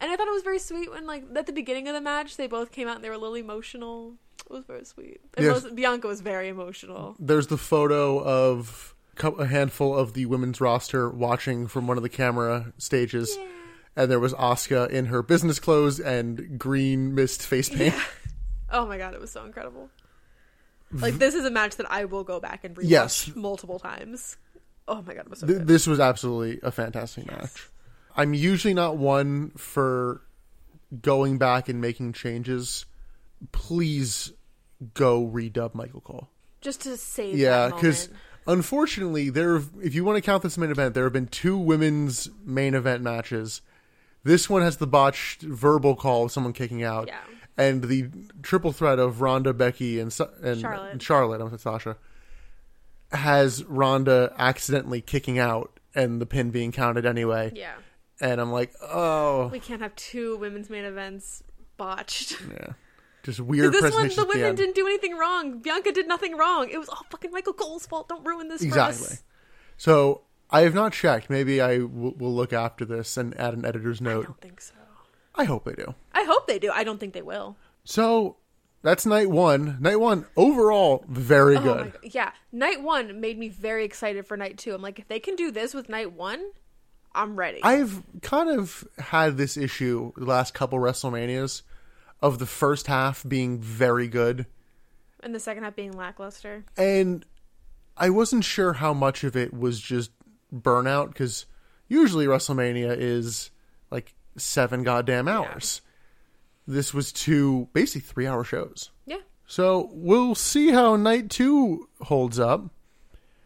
S2: And I thought it was very sweet when like at the beginning of the match they both came out and they were a little emotional. It was very sweet. And
S1: Yes.
S2: most- Bianca was very emotional.
S1: There's the photo of cou- a handful of the women's roster watching from one of the camera stages, and there was Asuka in her business clothes and green mist face paint.
S2: Oh my god, it was so incredible. Like this is a match that I will go back and rewatch
S1: Yes.
S2: multiple times. Oh my god, it was so
S1: Th-
S2: good.
S1: this was absolutely a fantastic match. I'm usually not one for going back and making changes. Please go redub Michael Cole.
S2: Just to save
S1: Yeah,
S2: that
S1: because
S2: moment.
S1: unfortunately, there. have- If you want to count this main event, there have been two women's main event matches. This one has the botched verbal call of someone kicking out,
S2: Yeah.
S1: and the triple threat of Ronda, Becky, and Sa- and
S2: Charlotte.
S1: and Charlotte I'm Sasha has Ronda accidentally kicking out and the pin being counted anyway.
S2: Yeah.
S1: And I'm like, oh,
S2: We can't have two women's main events botched.
S1: yeah, just weird
S2: this one,
S1: presentations.
S2: the
S1: at the
S2: women
S1: end.
S2: didn't do anything wrong. Bianca did nothing wrong. It was all fucking Michael Cole's fault. Don't ruin this for
S1: Exactly.
S2: us.
S1: So I have not checked. Maybe I will will look after this and add an editor's
S2: I
S1: note.
S2: don't think so.
S1: I, hope I do.
S2: I hope they do. I don't think they will.
S1: So that's night one. Night one overall very
S2: Oh my
S1: good.
S2: God. Yeah. Night one made me very excited for night two. I'm like, if they can do this with night one, I'm ready.
S1: I've kind of had this issue the last couple WrestleManias of the first half being very good
S2: and the second half being lackluster.
S1: and I wasn't sure how much of it was just burnout because usually WrestleMania is like seven goddamn hours. This was two, basically three hour shows.
S2: Yeah.
S1: So we'll see how night two holds up.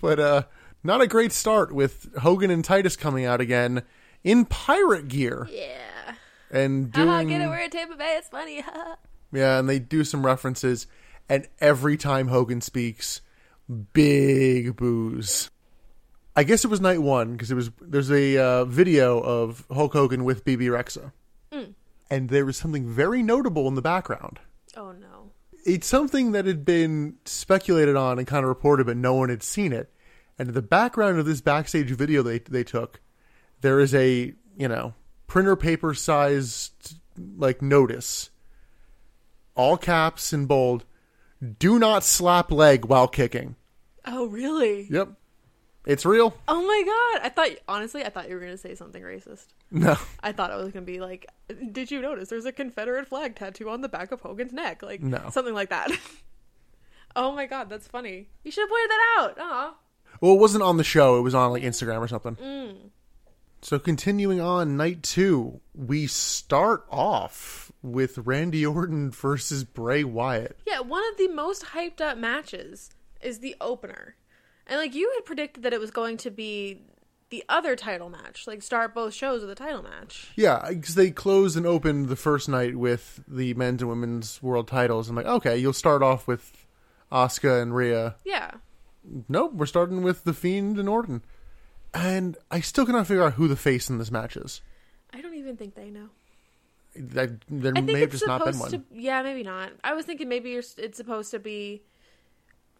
S1: but uh, not a great start with Hogan and Titus coming out again in pirate gear
S2: Yeah.
S1: and
S2: Haha,
S1: doing
S2: get it. We're at Tampa Bay. It's funny. Haha.
S1: yeah, and they do some references, and every time Hogan speaks, big booze. I guess it was night one because it was there's a uh, video of Hulk Hogan with BB Rexa, and there was something very notable in the background.
S2: Oh no.
S1: It's something that had been speculated on and kind of reported, but no one had seen it. And in the background of this backstage video they they took, there is a you know printer paper sized like notice, all caps in bold. Do not slap leg while kicking.
S2: Oh really?
S1: Yep, it's real.
S2: Oh my god. I thought honestly, I thought you were gonna say something racist.
S1: No,
S2: I thought I was gonna be like, did you notice there's a Confederate flag tattoo on the back of Hogan's neck? Like
S1: No.
S2: something like that. oh my god, that's funny. You should have pointed that out. Aw.
S1: well, it wasn't on the show. It was on like Instagram or something.
S2: Mm.
S1: So continuing on night two, we start off with Randy Orton versus Bray Wyatt.
S2: Yeah, one of the most hyped up matches is the opener. And like you had predicted that it was going to be the other title match, like start both shows with a title match.
S1: Yeah, because they closed and opened the first night with the men's and women's world titles. I'm like, okay, you'll start off with Asuka and Rhea.
S2: Yeah.
S1: Nope, we're starting with the Fiend and Orton. And I still cannot figure out who the face in this match is.
S2: I don't even think they know.
S1: I, there
S2: I think
S1: may have
S2: it's
S1: just not been
S2: supposed
S1: one.
S2: to. Yeah, maybe not. I was thinking maybe you're, it's supposed to be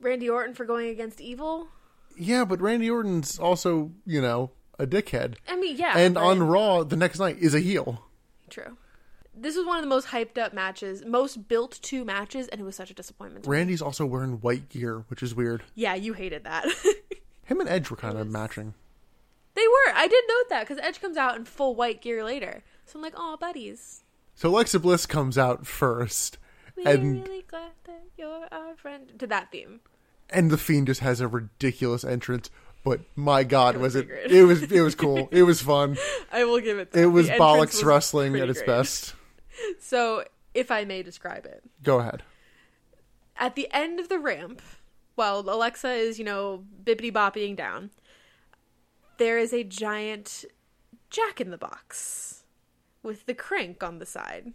S2: Randy Orton for going against evil.
S1: Yeah, but Randy Orton's also, you know, a dickhead.
S2: I mean, yeah.
S1: and
S2: but-
S1: on Raw the next night is a heel.
S2: true, this was one of the most hyped up matches, most built to matches, and it was such a disappointment.
S1: Randy's also wearing white gear, which is weird.
S2: Yeah, you hated that.
S1: Him and Edge were kind of matching.
S2: they were. I did note that because Edge comes out in full white gear later, so I'm like, oh, buddies,
S1: So Alexa Bliss comes out first,
S2: we're
S1: and
S2: really glad that you're our friend. To that theme,
S1: and the fiend just has a ridiculous entrance but my god was, it
S2: pretty great.
S1: it was it was cool it was fun
S2: I will give it. That.
S1: it was
S2: The entrance
S1: bollocks
S2: was
S1: wrestling
S2: pretty
S1: at its
S2: great.
S1: best
S2: So, if I may describe it,
S1: go ahead
S2: at the end of the ramp, while Alexa is, you know, bippity bopping down, there is a giant jack in the box with the crank on the side.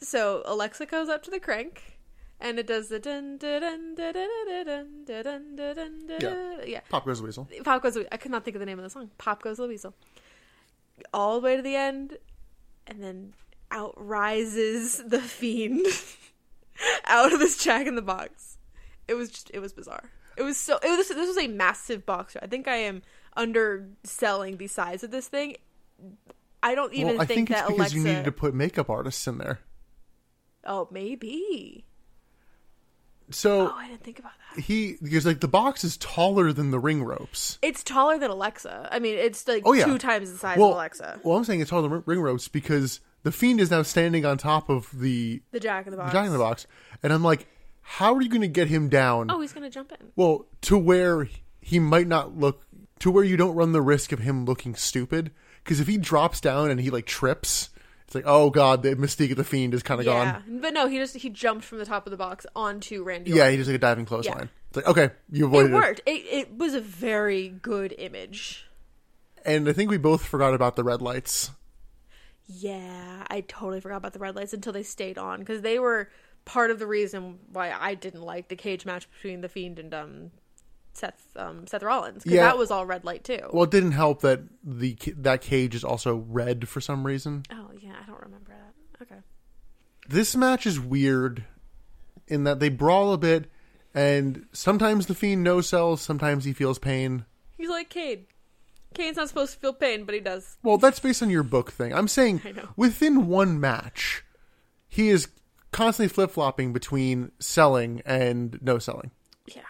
S2: So Alexa goes up to the crank and it does the dun dun dun dun dun dun dun dun dun dun dun dun
S1: Yeah.
S2: dun. yeah.
S1: pop goes the weasel
S2: Pop goes the Weasel. I could not think of the name of the song. Pop goes the Weasel. All the way to the end, and then out rises the fiend out of this jack in the box. It was just, it was bizarre. It was so. It was, this was a massive box. I think I am underselling the size of this thing. I don't even
S1: well i
S2: think,
S1: think it's
S2: that
S1: because
S2: Alexa.
S1: you needed to put makeup artists in there
S2: Oh, maybe. Oh,
S1: so
S2: I didn't think about that.
S1: he because like the box is taller than the ring ropes
S2: It's taller than Alexa. I mean, it's like
S1: oh yeah
S2: two times the size
S1: well,
S2: of Alexa.
S1: well i'm saying it's taller than ri- ring ropes because the fiend is now standing on top of the
S2: The jack in the box.
S1: giant in the box and i'm like how are you going to get him down
S2: Oh, he's gonna jump in.
S1: Well, to where he might not look to where you don't run the risk of him looking stupid. Because if he drops down and he like trips, it's like, oh god, the mystique of the fiend is kind of
S2: Yeah,
S1: gone.
S2: but no, he just he jumped from the top of the box onto Randy.
S1: Yeah,
S2: Orton.
S1: he does like a diving clothesline.
S2: Yeah.
S1: It's like, okay, you
S2: it
S1: avoided it,
S2: worked. It it was a very good image.
S1: And I think we both forgot about the red lights.
S2: Yeah, I totally forgot about the red lights until they stayed on because they were part of the reason why I didn't like the cage match between the Fiend and um, Seth um, Seth Rollins because
S1: Yeah.
S2: that was all red light too.
S1: Well, it didn't help that the ca- that cage is also red for some reason.
S2: oh yeah, I don't remember that. Okay.
S1: This match is weird in that they brawl a bit, and sometimes the fiend no sells, sometimes he feels pain.
S2: He's like Cade. Cade's not supposed to feel pain, but he does.
S1: Well, that's based on your book thing. I'm saying
S2: know.
S1: within one match, he is constantly flip flopping between selling and no selling.
S2: Yeah.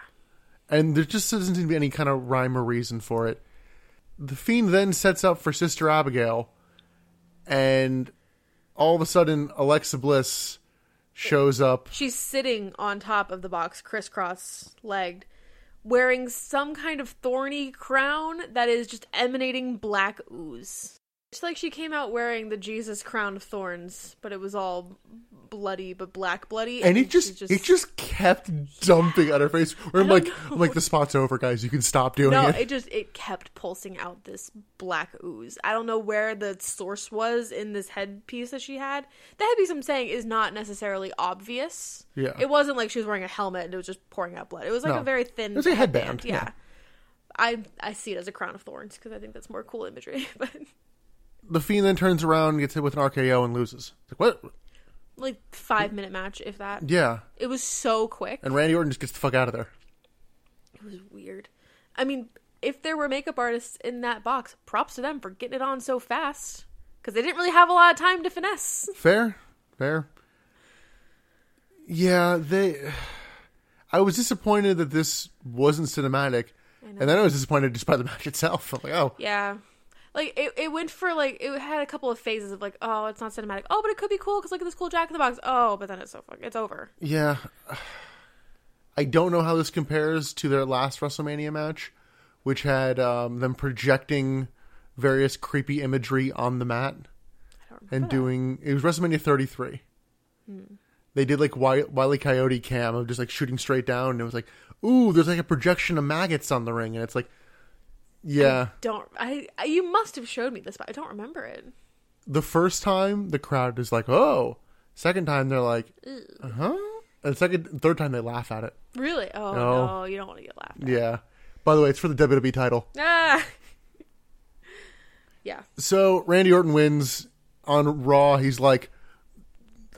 S1: and there just doesn't seem to be any kind of rhyme or reason for it. The fiend then sets up for Sister Abigail, and all of a sudden Alexa Bliss shows up.
S2: She's sitting on top of the box, crisscross legged, wearing some kind of thorny crown that is just emanating black ooze. It's like she came out wearing the Jesus crown of thorns, but it was all bloody, but black bloody.
S1: And it
S2: she's
S1: just, it just kept dumping on her face. Where I'm
S2: I
S1: like,
S2: don't
S1: I'm like, the spot's over, guys. You can stop doing
S2: no,
S1: it.
S2: it just it kept pulsing out this black ooze. I don't know where the source was in this headpiece that she had. The headpiece I'm saying is not necessarily obvious.
S1: Yeah.
S2: it wasn't like she was wearing a helmet and it was just pouring out blood. It was like
S1: No.
S2: a very thin.
S1: It was like a headband, yeah.
S2: I I see it as a crown of thorns because I think that's more cool imagery. But
S1: The fiend then turns around, gets hit with an RKO, and loses. It's like what?
S2: like five minute match, if that.
S1: Yeah.
S2: It was so quick.
S1: And Randy Orton just gets the fuck out of there.
S2: It was weird. I mean, if there were makeup artists in that box, props to them for getting it on so fast. Because they didn't really have a lot of time to finesse.
S1: Fair, fair. Yeah, they. I was disappointed that this wasn't cinematic, and then I was disappointed just by the match itself. I'm like, oh,
S2: Yeah. Like, it, it went for, like, it had a couple of phases of, like, oh, it's not cinematic. Oh, but it could be cool because look at this cool Jack in the Box. Oh, but then it's so fuck. It's over.
S1: yeah. I don't know how this compares to their last WrestleMania match, which had um, them projecting various creepy imagery on the mat
S2: I don't remember.
S1: and doing. It was WrestleMania 33. They did like Wi- Wile E. Coyote cam of just like shooting straight down, and it was like, ooh, there's like a projection of maggots on the ring, and it's like, yeah.
S2: Don't. I, I. You must have showed me this, but I don't remember it.
S1: the first time the crowd is like, oh. Second time they're like, uh huh. And second, third time they laugh at it.
S2: Really? Oh,
S1: No.
S2: no. you don't want to get laughed at.
S1: Yeah. By the way, it's for the WWE title.
S2: Ah! yeah.
S1: So Randy Orton wins on Raw. He's like,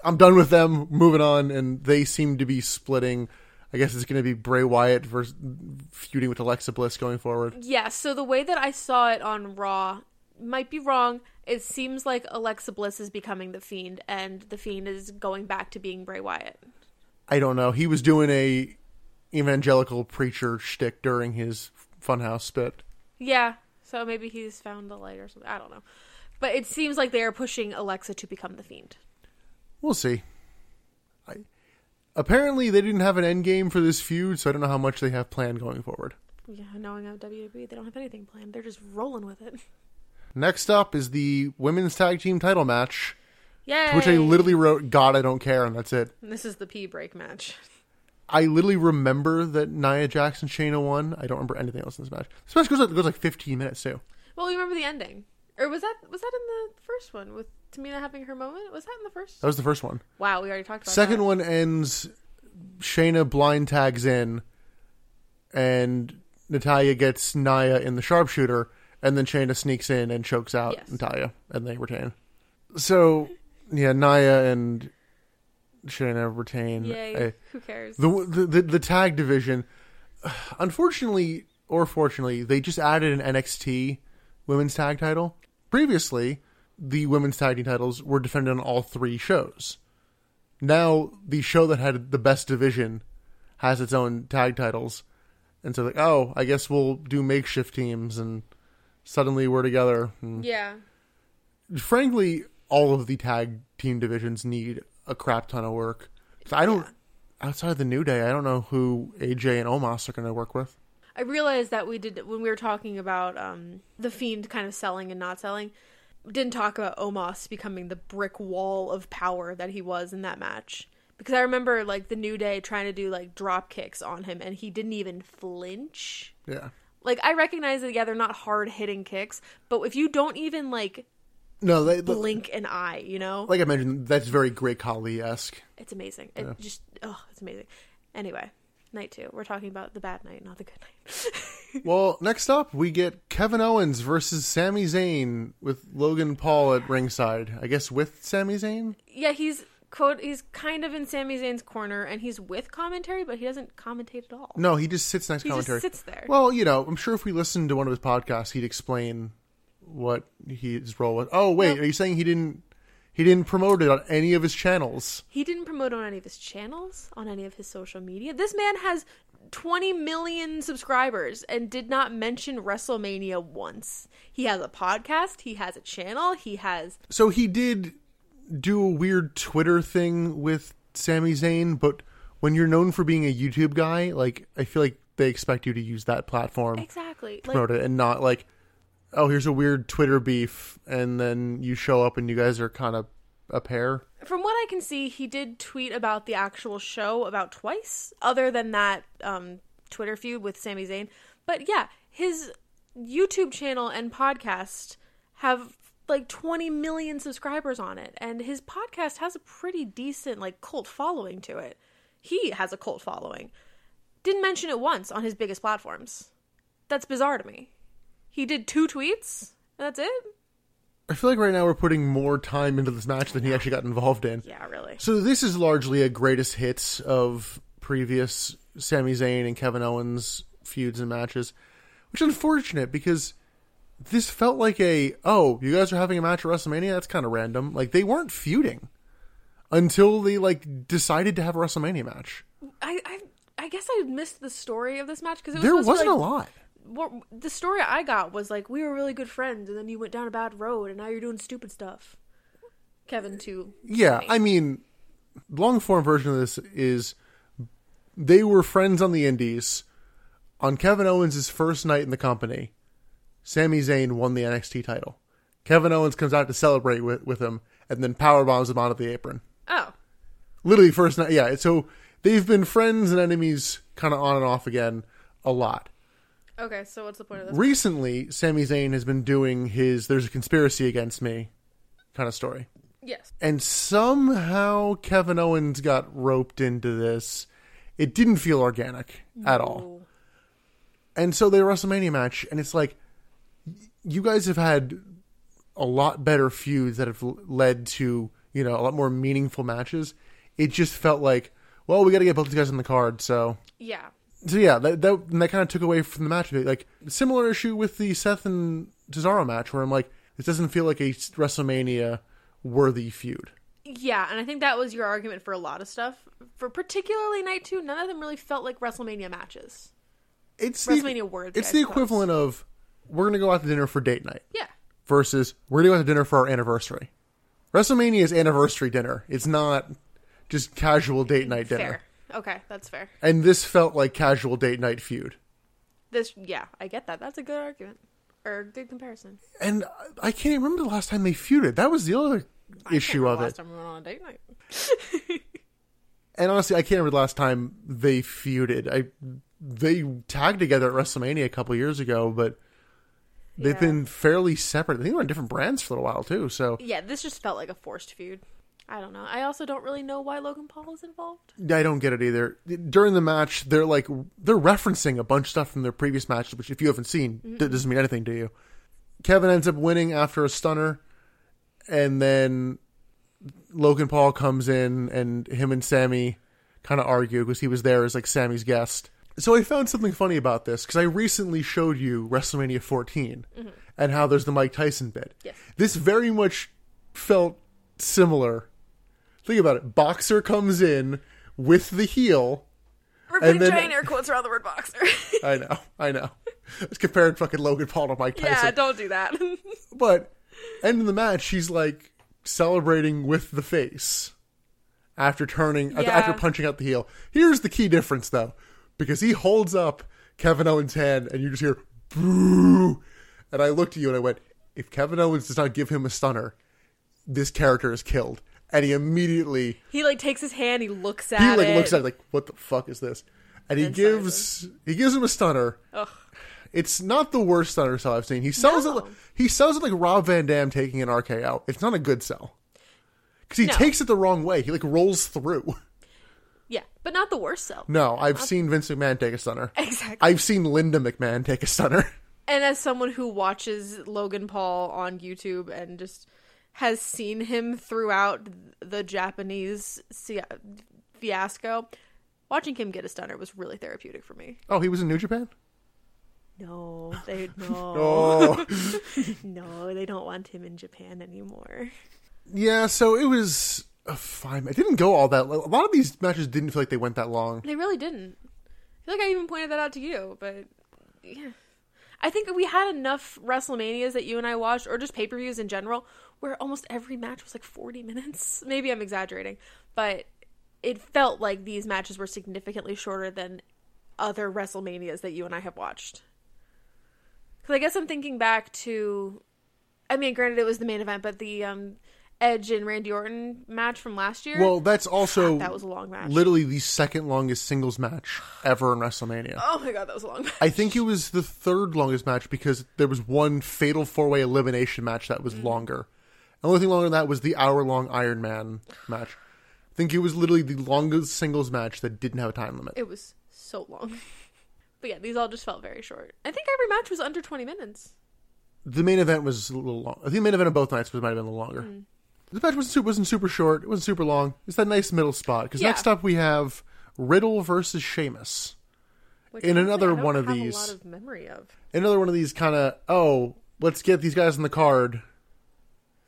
S1: I'm done with them, moving on. And they seem to be splitting. I guess it's going to be Bray Wyatt versus feuding with Alexa Bliss going forward.
S2: Yeah, so the way that I saw it on Raw might be wrong. It seems like Alexa Bliss is becoming the Fiend, and the Fiend is going back to being Bray Wyatt.
S1: I don't know. He was doing a evangelical preacher shtick during his Funhouse spit.
S2: Yeah, so maybe he's found the light or something. I don't know. But it seems like they are pushing Alexa to become the Fiend.
S1: We'll see. I, apparently, they didn't have an end game for this feud, so I don't know how much they have planned going forward.
S2: Yeah, knowing how WWE, E, they don't have anything planned. They're just rolling with it.
S1: Next up is the women's tag team title match,
S2: Yay!
S1: which I literally wrote "God, I don't care," and that's it.
S2: This is the pee break match.
S1: I literally remember that Nia Jackson Shayna won. I don't remember anything else in this match. This match goes like, goes like 15 minutes too.
S2: Well, you remember the ending. Or was that was that in the first one with Tamina having her moment? Was that in the first?
S1: That was the first one.
S2: Wow, we already talked about
S1: Oh. Second
S2: that.
S1: one ends. Shayna blind tags in, and Natalia gets Naya in the sharpshooter, and then Shayna sneaks in and chokes out
S2: Yes.
S1: Natalia, and they retain. So yeah, Naya and Shayna retain.
S2: Yay,
S1: I-
S2: who cares?
S1: the, the the the tag division, unfortunately or fortunately, they just added an NXT women's tag title. Previously, the women's tag team titles were defended on all three shows. Now, the show that had the best division has its own tag titles, and so like, oh, I guess we'll do makeshift teams, and suddenly we're together. Hmm. And
S2: yeah.
S1: frankly, all of the tag team divisions need a crap ton of work. So I don't. Outside of the New Day, I don't know who AJ and Omos are going to work with.
S2: I realized that we did when we were talking about um, the fiend kind of selling and not selling. we Didn't talk about Omos becoming the brick wall of power that he was in that match because I remember like the New Day trying to do like drop kicks on him and he didn't even flinch.
S1: Yeah,
S2: Like I recognize that yeah, they're not hard hitting kicks, but if you don't even like
S1: No, they, they-
S2: blink an eye, you know?
S1: like I mentioned, that's very Great Khali esque.
S2: It's amazing. It just oh, it's amazing. Anyway, night two. We're talking about the bad night, not the good night.
S1: Well, next up we get Kevin Owens versus Sami Zayn with Logan Paul at ringside. I guess with Sami Zayn.
S2: yeah, he's quote he's kind of in Sami Zayn's corner and he's with commentary, but he doesn't commentate at all.
S1: No, he just sits next to
S2: he
S1: commentary.
S2: just sits there.
S1: Well, you know, I'm sure if we listened to one of his podcasts, he'd explain what his role was. Oh, wait,
S2: No.
S1: are you saying he didn't he didn't promote it on any of his channels?
S2: he didn't promote on any of his channels, on any of his social media. This man has 20 million subscribers and did not mention WrestleMania once. He has a podcast, he has a channel, he has
S1: So he did do a weird Twitter thing with Sami Zayn, but when you're known for being a YouTube guy, like I feel like they expect you to use that platform Mm. to
S2: exactly
S1: promote
S2: like
S1: it and not like oh, here's a weird Twitter beef and then you show up and you guys are kind of a pair.
S2: from what I can see, he did tweet about the actual show about twice, other than that um, Twitter feud with Sami Zayn. But yeah, his YouTube channel and podcast have like 20 million subscribers on it, and his podcast has a pretty decent like cult following to it. He has a cult following. Didn't mention it once on his biggest platforms. That's bizarre to me. He did two tweets. and That's it.
S1: I feel like right now we're putting more time into this match than he actually got involved in.
S2: Yeah, really.
S1: So this is largely a greatest hits of previous Sami Zayn and Kevin Owens feuds and matches, which is unfortunate because this felt like a oh you guys are having a match at WrestleMania that's kind of random like they weren't feuding until they like decided to have a WrestleMania match.
S2: I, I I guess I missed the story of this match because it was
S1: There
S2: supposed
S1: wasn't
S2: to,
S1: a
S2: like,
S1: lot.
S2: What, the story I got was like we were really good friends, and then you went down a bad road, and now you're doing stupid stuff. Kevin too.
S1: Yeah, I mean, long form version of this is they were friends on the Indies. On Kevin Owens' first night in the company, Sami Zayn won the NXT title. Kevin Owens comes out to celebrate with, with him, and then power bombs him onto the apron.
S2: Oh,
S1: Literally first night, yeah. So they've been friends and enemies, kind of on and off again, a lot.
S2: okay. So what's the point of this?
S1: Recently, Sami Zayn has been doing his "There's a conspiracy against me" kind of story
S2: Yes.
S1: and somehow Kevin Owens got roped into this. It didn't feel organic at all. And so they WrestleMania match, and it's like y- you guys have had a lot better feuds that have l- led to you know a lot more meaningful matches. It just felt like, well, we got to get both these guys on the card, so
S2: Yeah.
S1: so yeah, that that, and that kind of took away from the match. a bit. Like similar issue with the Seth and Cesaro match, where I'm like, this doesn't feel like a WrestleMania worthy feud.
S2: Yeah, and I think that was your argument for a lot of stuff. For particularly night two, none of them really felt like WrestleMania matches.
S1: It's the,
S2: WrestleMania worthy,
S1: It's
S2: I
S1: the
S2: suppose.
S1: equivalent of we're gonna go out to dinner for date night
S2: Yeah.
S1: versus we're gonna go out to dinner for our anniversary. WrestleMania is anniversary dinner. It's not just casual date night dinner.
S2: Fair. Okay, that's fair.
S1: And this felt like casual date night feud.
S2: This. Yeah, I get that. That's a good argument or good comparison.
S1: And I- I can't even remember the last time they feuded. That was the other issue of it.
S2: Last time we went on a date night.
S1: And honestly, I can't remember the last time they feuded. I they tagged together at WrestleMania a couple years ago, but they've
S2: Yeah.
S1: been fairly separate. I think they were on different brands for a little while too. So
S2: Yeah, this just felt like a forced feud. I don't know. I also don't really know why Logan Paul is involved.
S1: I don't get it either. During the match, they're like they're referencing a bunch of stuff from their previous matches, which if you haven't seen, that doesn't mean anything to you. Kevin ends up winning after a stunner, and then Logan Paul comes in, and him and Sammy kind of argue because he was there as like Sammy's guest. So I found something funny about this because I recently showed you WrestleMania 14 and how there's the Mike Tyson bit.
S2: Yes.
S1: This very much felt similar Think about it. Boxer comes in with the heel.
S2: We're
S1: putting then- giant
S2: air quotes around the word boxer.
S1: I know, I know. It's comparing fucking Logan Paul to Mike Tyson.
S2: yeah, don't do that.
S1: But end of the match, she's like celebrating with the face after turning af-
S2: Yeah.
S1: after punching out the heel. Here's the key difference though, because he holds up Kevin Owens' hand, and you just hear boo. And I looked at you and I went, if Kevin Owens does not give him a stunner, this character is killed. And he immediately
S2: he like takes his hand, he looks at
S1: he like
S2: it.
S1: looks at it like what the fuck is this and he
S2: And stunners
S1: gives he gives him a stunner
S2: Ugh.
S1: It's not the worst Thunder sell I've seen. He sells
S3: No.
S1: it. Like, he sells it like Rob Van Dam taking an RKO. It's not a good sell because he
S2: No.
S1: takes it the wrong way. He like rolls through.
S2: Yeah, but not the worst self.
S1: No, I've seen Vince McMahon take a stunner.
S3: Exactly.
S1: I've seen Linda McMahon take a stunner.
S2: And as someone who watches Logan Paul on YouTube and just has seen him throughout the Japanese si- fiasco, watching him get a stunner was really therapeutic for me.
S1: Oh, he was in New Japan.
S2: No, they no,
S1: Oh,
S2: no, they don't want him in Japan anymore.
S1: yeah. So it was a fine. It didn't go all that. A lot of these matches didn't feel like they went that long.
S2: They really didn't. I feel like I even pointed that out to you, but yeah. I think we had enough WrestleManias that you and I watched, or just pay per views in general, where almost every match was like 40 minutes. Maybe I'm exaggerating, but it felt like these matches were significantly shorter than other WrestleManias that you and I have watched. Because I guess I'm thinking back to, I mean, granted it was the main event, but the um, Edge and Randy Orton match from last year.
S1: Well, that's also
S2: that was a long match.
S1: literally the second longest singles match ever in WrestleMania.
S2: oh my god, that was a long match.
S1: I think it was the third longest match because there was one fatal four way elimination match that was
S2: Mm.
S1: longer. The only thing longer than that was the hour long Iron Man match. I think it was literally the longest singles match that didn't have a time limit.
S2: It was so long. but yeah, these all just felt very short. I think every match was under 20 minutes.
S1: The main event was a little long. I think the main event of both nights was might have been a little longer.
S2: Mm.
S1: The match wasn't super, wasn't super short. It wasn't super long. It's that nice middle spot. Because
S2: Yeah.
S1: next up we have Riddle versus Sheamus.
S2: Which
S1: In
S2: honestly,
S1: another
S2: I don't
S1: one of
S2: have
S1: these-
S2: A lot of memory of.
S1: another one of these kind of oh let's get these guys on the card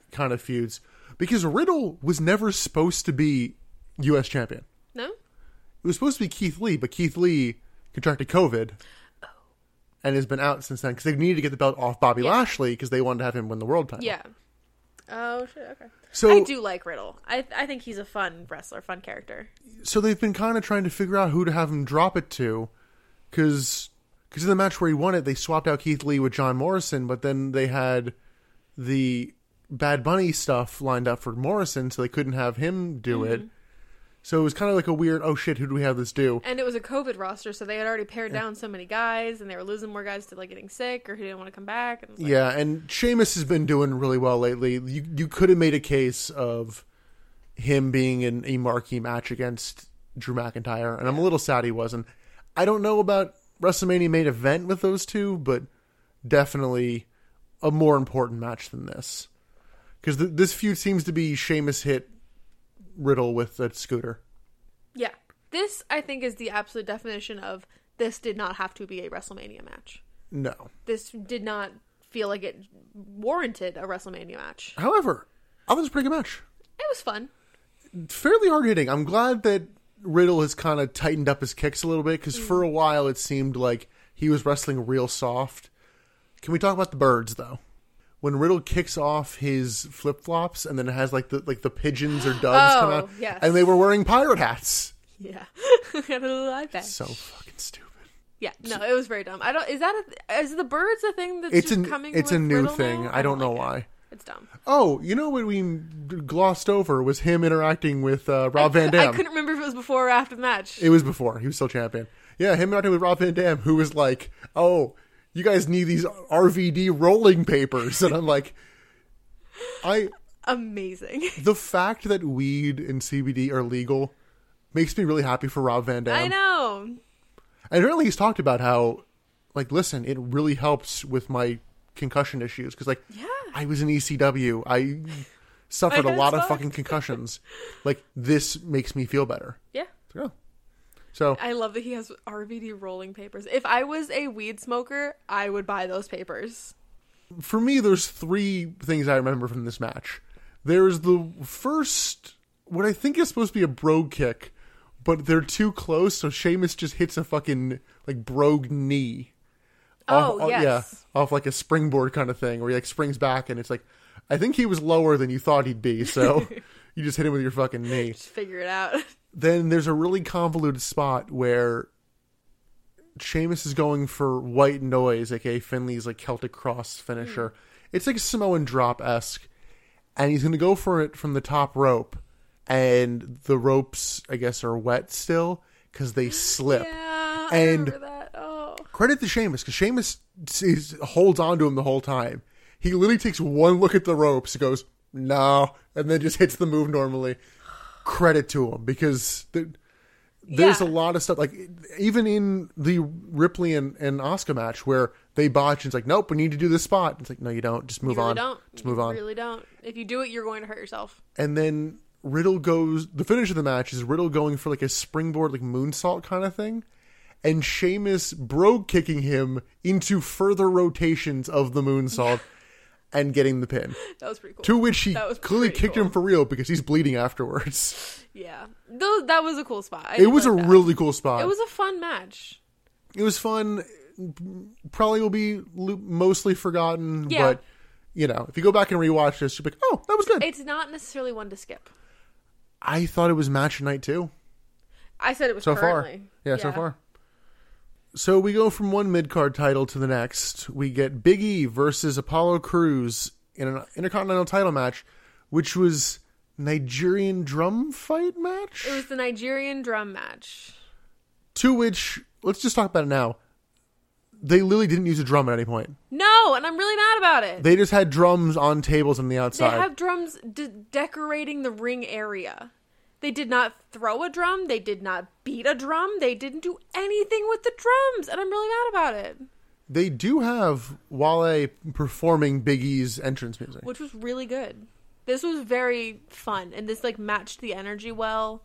S1: kind of feuds because riddle was never supposed to be us champion
S2: No?
S1: it was supposed to be keith lee but keith lee contracted covid and has been out since then because they needed to get the belt off bobby lashley because they wanted to have him win the world title
S2: Yeah. Oh shit, okay.
S1: so
S2: I do like Riddle. I I think he's a fun wrestler, fun character.
S1: so they've been kind of trying to figure out who to have him drop it to because in the match where he won it they swapped out keith lee with john morrison but then they had the bad bunny stuff lined up for morrison so they couldn't have him do it so it was kind of like a weird oh shit who do we have this do
S2: And it was a COVID roster, so they had already pared down so many guys and they were losing more guys to like getting sick or who didn't want to come back and it was like,
S1: yeah and Sheamus has been doing really well lately you, you could have made a case of him being in a marquee match against drew mcintyre and i'm a little sad he wasn't i don't know about wrestlemania main event with those two but definitely a more important match than this because th- this feud seems to be Sheamus hit riddle with a scooter
S2: yeah. This I think is the absolute definition of this did not have to be a WrestleMania match.
S1: no
S2: This did not feel like it warranted a WrestleMania match.
S1: however i thought it was a pretty good match
S2: It was fun.
S1: fairly hard hitting. I'm glad that Riddle has kind of tightened up his kicks a little bit because for
S2: Mm.
S1: a while it seemed like he was wrestling real soft. Can we talk about the birds though? When Riddle kicks off his flip flops and then it has like the like the pigeons or doves come
S2: Oh,
S1: out,
S2: yes.
S1: and they were wearing pirate hats.
S2: Yeah, got a little eye patch.
S1: So fucking stupid.
S2: yeah, no, it was very dumb. I don't. Is that a, is the birds a thing that's
S1: It's
S2: just
S1: an
S2: coming?
S1: it's a
S2: with
S1: new
S2: Riddle
S1: thing.
S2: now?
S1: I don't know
S2: like
S1: why.
S2: it. It's dumb.
S1: Oh, you know what we glossed over was him interacting with uh, Rob Van Dam.
S2: I couldn't remember if it was before or after the match.
S1: It was before. He was still champion. Yeah, him interacting with Rob Van Dam, who was like, "Oh, you guys need these RVD rolling papers," and I'm like, "I."
S2: Amazing.
S1: The fact that weed and CBD are legal makes me really happy for Rob Van Dam.
S2: I know.
S1: And apparently, he's talked about how, like, listen, it really helps with my concussion issues because, like,
S2: Yeah.
S1: I was in ECW. I suffered
S2: I
S1: a
S2: got
S1: lot of
S2: fucked.
S1: fucking concussions. like, this makes me feel better.
S2: Yeah.
S1: So, so
S2: I love that he has RVD rolling papers. If I was a weed smoker, I would buy those papers.
S1: for me, there's three things I remember from this match. There's the first, what I think is supposed to be a brogue kick, but they're too close, so Sheamus just hits a fucking like brogue knee.
S2: Oh,
S1: off,
S2: yes.
S1: yeah, off like a springboard kind of thing, where he like springs back, and it's like, I think he was lower than you thought he'd be, so you just hit him with your fucking knee
S2: Just figure it out.
S1: then there's a really convoluted spot where Seamus is going for white noise, aka Finley's like Celtic cross finisher. It's like Samoan drop esque, and he's gonna go for it from the top rope, and the ropes I guess are wet still because they slip.
S2: Yeah. I
S1: And-
S2: remember that. Oh.
S1: Credit to Sheamus because Sheamus is, holds on to him the whole time. He literally takes one look at the ropes, goes no, and then just hits the move normally. Credit to him because the, there's
S2: Yeah.
S1: a lot of stuff like even in the Ripley and, and Oscar match where they botch and it's like nope, we need to do this spot. It's like no, you don't. Just move
S2: You really
S1: on.
S2: don't.
S1: Just
S2: You
S1: move on.
S2: Really don't. If you do it, you're going to hurt yourself.
S1: and then Riddle goes. The finish of the match is Riddle going for like a springboard, like moonsault kind of thing, and Sheamus bro kicking him into further rotations of the moonsault and getting the pin.
S2: That was pretty cool.
S1: To which he
S2: That was
S1: clearly
S2: pretty
S1: kicked
S2: cool.
S1: him for real because he's bleeding afterwards.
S2: Yeah, Tho- that was a cool spot. I
S1: It
S2: did
S1: was a
S2: like that.
S1: really cool spot.
S2: It was a fun match.
S1: fun. Probably will be lo- mostly forgotten,
S2: Yeah.
S1: but you know, if you go back and rewatch this, you'll be like, "Oh, that was good."
S2: It's not necessarily one to skip.
S1: I thought it was match of night too.
S2: I said it was
S1: so
S2: currently.
S1: far. Yeah, so far. So we go from one mid card title to the next. We get Big E versus Apollo Cruz in an intercontinental title match, which was Nigerian drum fight match.
S2: It was the Nigerian drum match.
S1: To which let's just talk about it now. They literally didn't use a drum at any point.
S2: No, and I'm really mad about it.
S1: They just had drums on tables on the
S2: They
S1: outside.
S2: have drums de- decorating the ring area. They did not throw a drum. They did not beat a drum. They didn't do anything with the drums, and I'm really mad about it.
S1: They do have Wale performing Big E's entrance music.
S2: which was really good. This was very fun, and this like matched the energy well.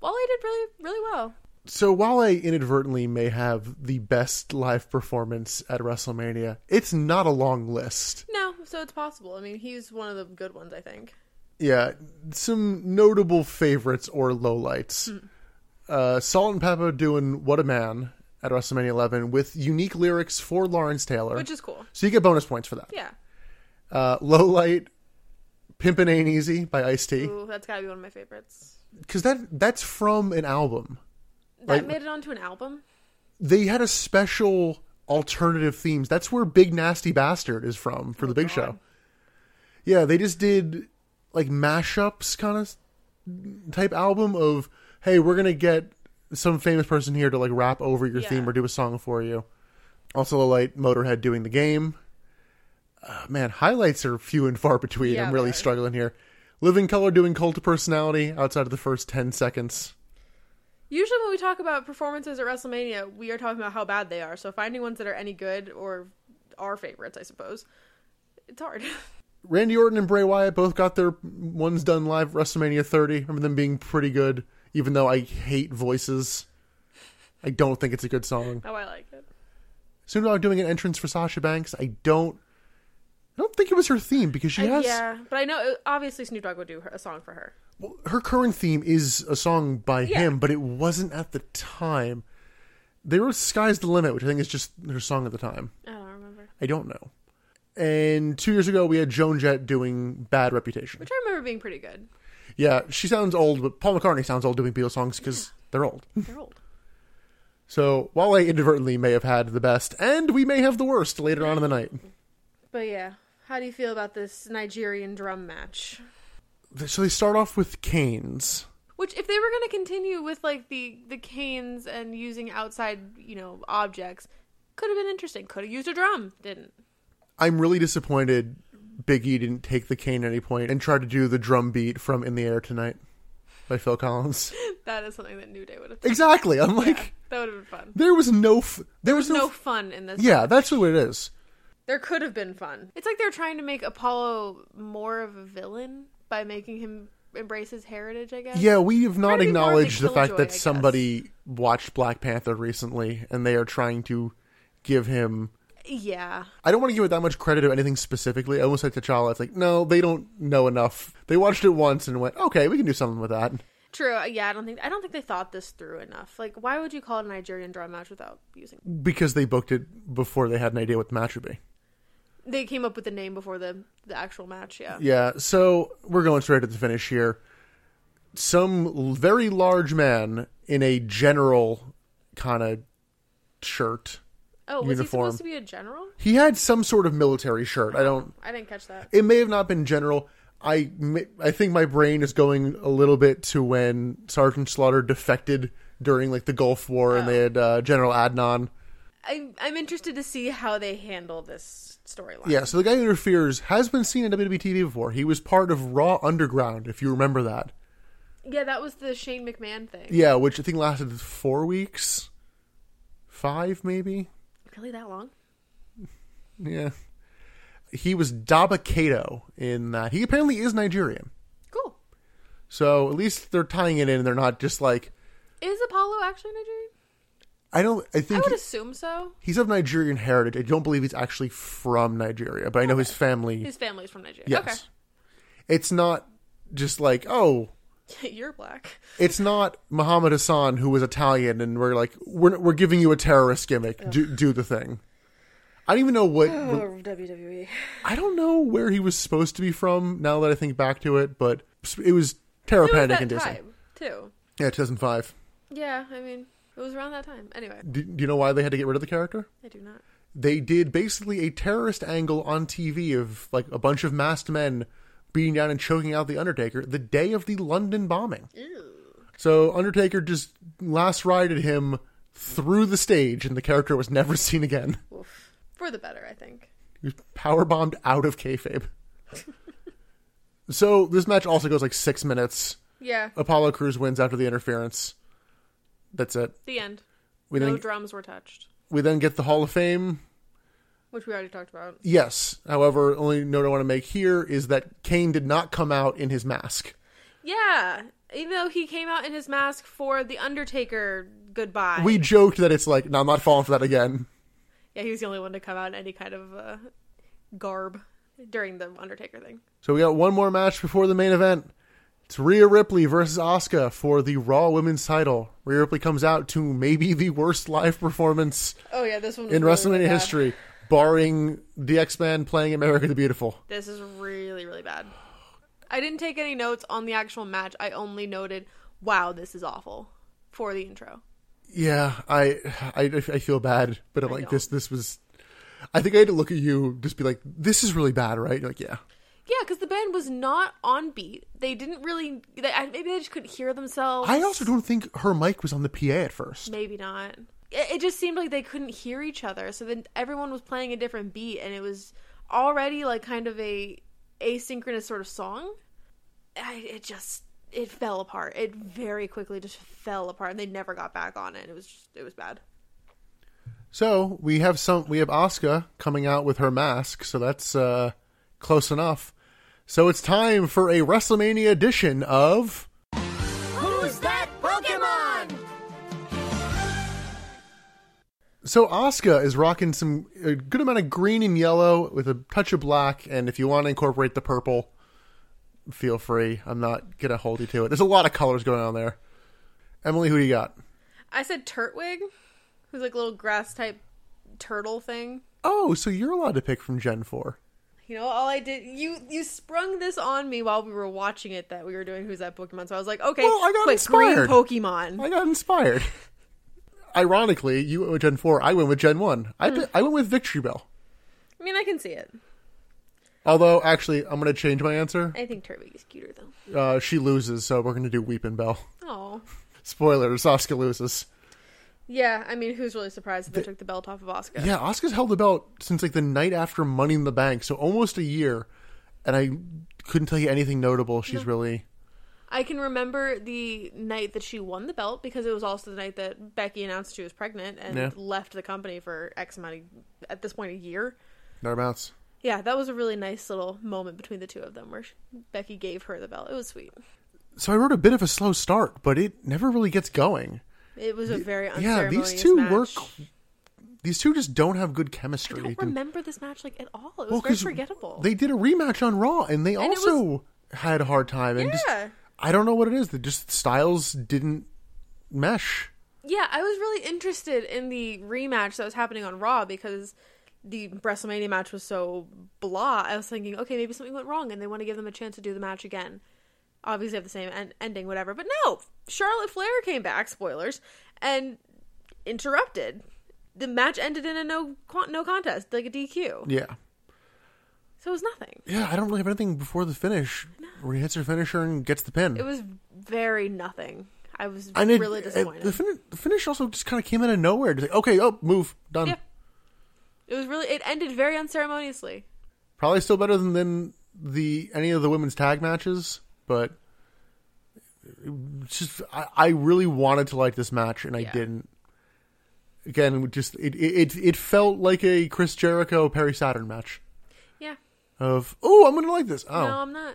S2: Wally did really, really well.
S1: So while I inadvertently may have the best live performance at WrestleMania, it's not a long list.
S2: No, so it's possible. I mean, he's one of the good ones, I think.
S1: Yeah, some notable favorites or lowlights.
S2: Hmm.
S1: Uh, Salt and Peppa doing "What a Man" at WrestleMania 11 with unique lyrics for Lawrence Taylor,
S2: Which is cool.
S1: so you get bonus points for that.
S2: Yeah.
S1: Uh, lowlight, "Pimpin' Ain't Easy" by Ice T,
S2: Ooh, that's gotta be one of my favorites.
S1: because that that's from an album.
S2: That
S1: Like-
S2: made it onto an album.
S1: They had a special alternative themes. That's where Big Nasty Bastard is from
S2: Oh,
S1: for the Big Show. Yeah, they just did like mashups kind of type album of hey, we're gonna get some famous person here to like rap over your
S2: Yeah.
S1: theme or do a song for you. Also, like Motorhead doing the game. Uh, man, highlights are few and far between.
S2: Yeah,
S1: I'm really
S2: they are.
S1: struggling here. Living Color doing Cult of Personality outside of the first ten seconds.
S2: Usually, when we talk about performances at WrestleMania, we are talking about how bad they are. So finding ones that are any good or our favorites, I suppose, it's hard.
S1: Randy Orton and Bray Wyatt both got their ones done live at WrestleMania 30. Remember them being pretty good, even though I hate voices. I don't think it's a good song.
S2: how Oh, I like it.
S1: Soon Dog doing an entrance for Sasha Banks. I don't, I don't think it was her theme because she
S2: I-
S1: has
S2: Uh, Yeah, but I know uh, obviously Snoop Dogg would do her, a song for her.
S1: well, her current theme is a song by
S2: Yeah.
S1: him, but it wasn't at the time. They wrote "Sky's the Limit," which I think is just her song at the time.
S2: I don't remember.
S1: I don't know. And two years ago, we had Joan Jett doing "Bad Reputation."
S2: Which I remember being pretty good.
S1: Yeah, she sounds old, but Paul McCartney sounds old doing Beatles songs because they're old.
S2: They're old.
S1: So while I inadvertently may have had the best, and we may have the worst later on in the night.
S2: But yeah, how do you feel about this Nigerian drum match?
S1: So they start off with Canes.
S2: Which, if they were going to continue with like the the canes and using outside, you know, objects, could have been interesting. Could have used a drum, didn't.
S1: I'm really disappointed Biggie didn't take the cane at any point and try to do the drum beat from In the Air Tonight by Phil Collins.
S2: That is something that New Day would have. Done.
S1: exactly. I'm like,
S2: That would have been fun.
S1: there was no, f- there was,
S2: No
S1: f-
S2: fun in this.
S1: yeah, that's what it is.
S2: There could have been fun. It's like they're trying to make Apollo more of a villain by making him embrace his heritage. I guess.
S1: Yeah, we have not
S2: to be more of a
S1: acknowledged the fact
S2: killjoy,
S1: that
S2: I guess.
S1: somebody watched Black Panther recently and they are trying to give him.
S2: Yeah.
S1: I don't want to give it that much credit to anything specifically. I almost like T'Challa. It's like, no, they don't know enough. They watched it once and went, okay, we can do something with that.
S2: True. Uh, Yeah. I don't think I don't think they thought this through enough. Like, why would you call it a Nigerian drum match without using?
S1: Because they booked it before they had an idea what the match would be.
S2: They came up with the name before the the actual match. Yeah.
S1: Yeah, so we're going straight to the finish here. Some l- very large man in a general kind of shirt.
S2: Oh, was
S1: Uniform.
S2: he supposed to be a general?
S1: He had some sort of military shirt. I don't.
S2: I didn't catch that.
S1: it may have not been general. I ma- I think my brain is going a little bit to when Sergeant Slaughter defected during like the Gulf War and they had uh, General Adnan.
S2: I, I'm interested to see how they handle this storyline.
S1: Yeah, so the guy who interferes has been seen in WWE TV before. He was part of Raw Underground, if you remember that.
S2: Yeah, that was the Shane McMahon thing.
S1: Yeah, which I think lasted four weeks, five maybe.
S2: Really that long?
S1: Yeah, he was Daba Kato in that. He apparently is Nigerian,
S2: Cool.
S1: so at least they're tying it in. They're not just like
S2: Is Apollo actually Nigerian?
S1: I don't. I
S2: I
S1: think
S2: would assume so.
S1: he's of Nigerian heritage. I don't believe he's actually from Nigeria, but I know his family.
S2: His family's from Nigeria.
S1: yes, it's not just like oh
S2: Okay. You're black.
S1: it's not Muhammad Hassan who was Italian, and we're like, we're we're giving you a terrorist gimmick. Do do the thing. I don't even know what
S2: WWE.
S1: I don't know where he was supposed to be from. Now that I think back to it, but it was Terror
S2: It was
S1: Panic
S2: that
S1: in Disney.
S2: time, too.
S1: Yeah, 2005.
S2: Yeah, I mean, it was around that time. Anyway,
S1: Do, do you know why they had to get rid of the character?
S2: I do not.
S1: They did basically a terrorist angle on TV of like a bunch of masked men beating down and choking out the Undertaker the day of the London bombing. So Undertaker just last rided him through the stage, and the character was never seen again.
S2: Oof. For the better, I think.
S1: He was power bombed out of kayfabe. so this match also goes like six minutes.
S2: Yeah,
S1: Apollo Crews wins after the interference. That's it.
S2: the end.
S1: We
S2: no
S1: then
S2: drums were touched,
S1: we then get the Hall of Fame.
S2: which we already talked about.
S1: Yes. However, only note I want to make here is that Kane did not come out in his mask.
S2: Yeah, even though he came out in his mask for the Undertaker goodbye.
S1: We joked that it's like, no, I'm not falling for that again.
S2: yeah, he was the only one to come out in any kind of uh, garb during the Undertaker thing.
S1: So we got one more match before the main event. It's Rhea Ripley versus Asuka for the Raw Women's title. Rhea Ripley comes out to maybe the worst live performance
S2: Oh yeah, this one was
S1: in
S2: really,
S1: WrestleMania
S2: really bad.
S1: history, barring the X Men playing America the Beautiful.
S2: This is really really bad. I didn't take any notes on the actual match. I only noted, "Wow, this is awful." For the intro,
S1: Yeah, I I, I feel bad, but I'm
S2: I
S1: like
S2: know.
S1: this this was. I think I had to look at you, just be like, "This is really bad," right? You're like, yeah,
S2: yeah, because the band was not on beat. They didn't really. They, I- maybe they just couldn't hear themselves.
S1: I also don't think her mic was on the PA at first.
S2: Maybe not. It, it just seemed like they couldn't hear each other. So then everyone was playing a different beat, and it was already like kind of a asynchronous sort of song. I, it just it fell apart. It very quickly just fell apart, and they never got back on it. It was just, it was bad.
S1: So we have some we have Asuka coming out with her mask, so that's uh, close enough. So it's time for a WrestleMania edition of
S4: Who's that Pokemon?
S1: So Asuka is rocking some a good amount of green and yellow with a touch of black, and if you want to incorporate the purple, feel free. I'm not gonna hold you to it. There's a lot of colors going on there. Emily, who do you got?
S2: I said Turtwig, who's like a little grass type turtle thing.
S1: Oh, so you're allowed to pick from Gen Four.
S2: You know, all I did you you sprung this on me while we were watching it that we were doing Who's That Pokemon. So I was like, okay,
S1: Well, I got
S2: quick,
S1: inspired.
S2: green Pokemon.
S1: I got inspired. Ironically, you went with Gen Four. I went with Gen One. I pi- I went with Victory Bell.
S2: I mean, I can see it.
S1: Although, actually, I'm gonna change my answer.
S2: I think Turtwig is cuter though.
S1: Uh, she loses, so we're gonna do Weeping Bell.
S2: Oh.
S1: Spoilers: Asuka loses.
S2: Yeah, I mean, who's really surprised that they took the belt off of Oscar?
S1: Yeah, Oscar's held the belt since like the night after Money in the Bank, so almost a year, and I couldn't tell you anything notable. She's really
S2: I can remember the night that she won the belt because it was also the night that Becky announced she was pregnant and
S1: Yeah.
S2: left the company for X amount of, at this point, a year.
S1: thereabouts.
S2: Yeah, that was a really nice little moment between the two of them where she, Becky gave her the belt. It was sweet.
S1: So I wrote a bit of a slow start, but it never really gets going.
S2: It was a very
S1: Yeah,
S2: unceremonious
S1: these two
S2: match.
S1: work. These two just don't have good chemistry.
S2: I don't
S1: Dude.
S2: remember this match like at all. It was
S1: Well,
S2: very
S1: 'cause
S2: forgettable.
S1: They did a rematch on Raw, and they
S2: And it
S1: also had a hard time. And just,
S2: Yeah.
S1: I don't know what it is. That just styles didn't mesh.
S2: Yeah, I was really interested in the rematch that was happening on Raw because the WrestleMania match was so blah. I was thinking, okay, maybe something went wrong and they want to give them a chance to do the match again. Obviously, have the same en- ending, whatever. But no, Charlotte Flair came back, spoilers, and interrupted. The match ended in a no con- no contest, like a DQ.
S1: Yeah.
S2: So it was nothing.
S1: Yeah, I don't really have anything before the finish. Where he hits her finisher and gets the pin.
S2: It was very nothing. I was
S1: And it-
S2: really
S1: it-
S2: disappointed.
S1: the, fin- the finish also just kind of came out of nowhere. Just like, okay, oh, move, done.
S2: Yeah. it was really it ended very unceremoniously.
S1: Probably still better than, than the any of the women's tag matches, but it's just I, I really wanted to like this match and I
S2: Yeah.
S1: didn't. Again, it just it, it it felt like a Chris Jericho Perry Saturn match
S2: Yeah.
S1: of oh I'm gonna like this oh
S2: No, I'm not.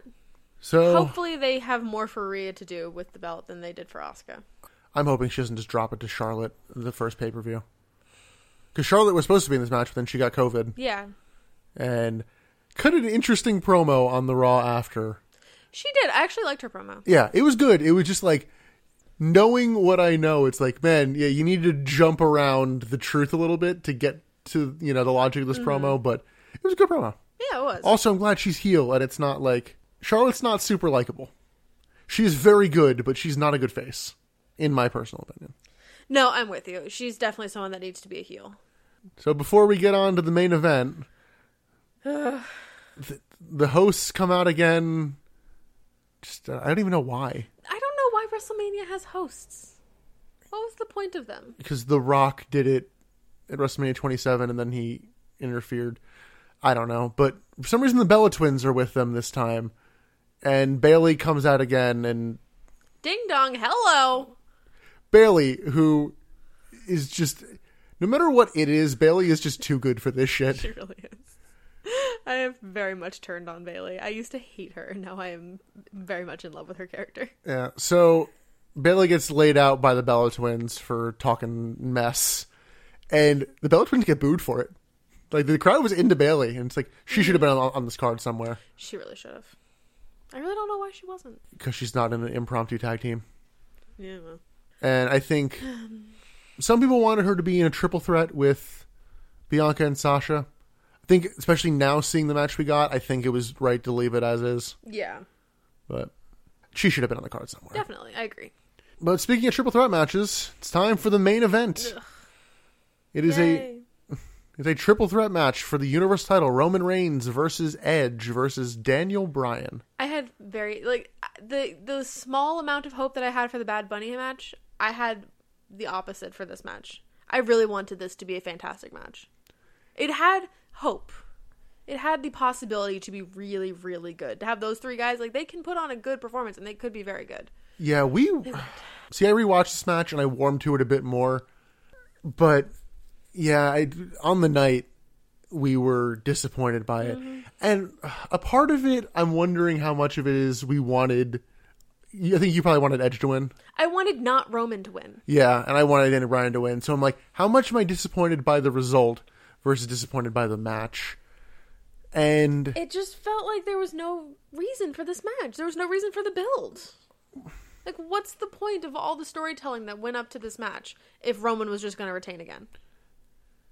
S1: so
S2: Hopefully they have more for Rhea to do with the belt than they did for Asuka.
S1: I'm hoping she doesn't just drop it to Charlotte the first pay per view because Charlotte was supposed to be in this match but then she got COVID
S2: Yeah.
S1: and cut an interesting promo on the Raw after.
S2: She did. I actually liked her promo.
S1: Yeah, it was good. It was just like knowing what I know. It's like, man, yeah, you need to jump around the truth a little bit to get to you know the logic of this promo, but it was a good promo.
S2: Yeah, it was.
S1: Also, I'm glad she's heel and it's not like Charlotte's not super likable. She is very good, but she's not a good face, in my personal opinion.
S2: no, I'm with you. She's definitely someone that needs to be a heel.
S1: So before we get on to the main event, the, the hosts come out again. Just uh, I don't even know why.
S2: I don't know why WrestleMania has hosts. What was the point of them?
S1: because The Rock did it at WrestleMania 27, and then he interfered. I don't know, but for some reason the Bella Twins are with them this time, and Bailey comes out again, and
S2: Ding dong, hello.
S1: Bailey, who is just no matter what it is, Bailey is just too good for this shit.
S2: She really is. I have very much turned on Bailey. I used to hate her, and now I am very much in love with her character.
S1: Yeah, so Bailey gets laid out by the Bella Twins for talking mess, and the Bella Twins get booed for it. Like the crowd was into Bailey, and it's like she should have been on, on this card somewhere.
S2: She really should have. I really don't know why she wasn't.
S1: because she's not in an impromptu tag team.
S2: Yeah. well.
S1: And I think some people wanted her to be in a triple threat with Bianca and Sasha. I think, especially now seeing the match we got, I think it was right to leave it as is.
S2: Yeah,
S1: But she should have been on the card somewhere.
S2: definitely. I agree.
S1: But speaking of triple threat matches, it's time for the main event. It is a
S2: Yay.
S1: it's a triple threat match for the universe title: Roman Reigns versus Edge versus Daniel Bryan.
S2: I had very like the the small amount of hope that I had for the Bad Bunny match. I had the opposite for this match. I really wanted this to be a fantastic match. It had hope. It had the possibility to be really, really good. To have those three guys, like they can put on a good performance and they could be very good.
S1: Yeah, we see. I rewatched this match and I warmed to it a bit more, but yeah, I, on the night we were disappointed by it, and a part of it, I'm wondering how much of it is we wanted. I think you probably wanted Edge to win,
S2: I wanted not Roman to win.
S1: yeah, and I wanted Daniel Bryan to win. So I'm like, how much am I disappointed by the result versus disappointed by the match? And
S2: It just felt like there was no reason for this match. There was no reason for the build. Like, what's the point of all the storytelling that went up to this match if Roman was just going to retain again?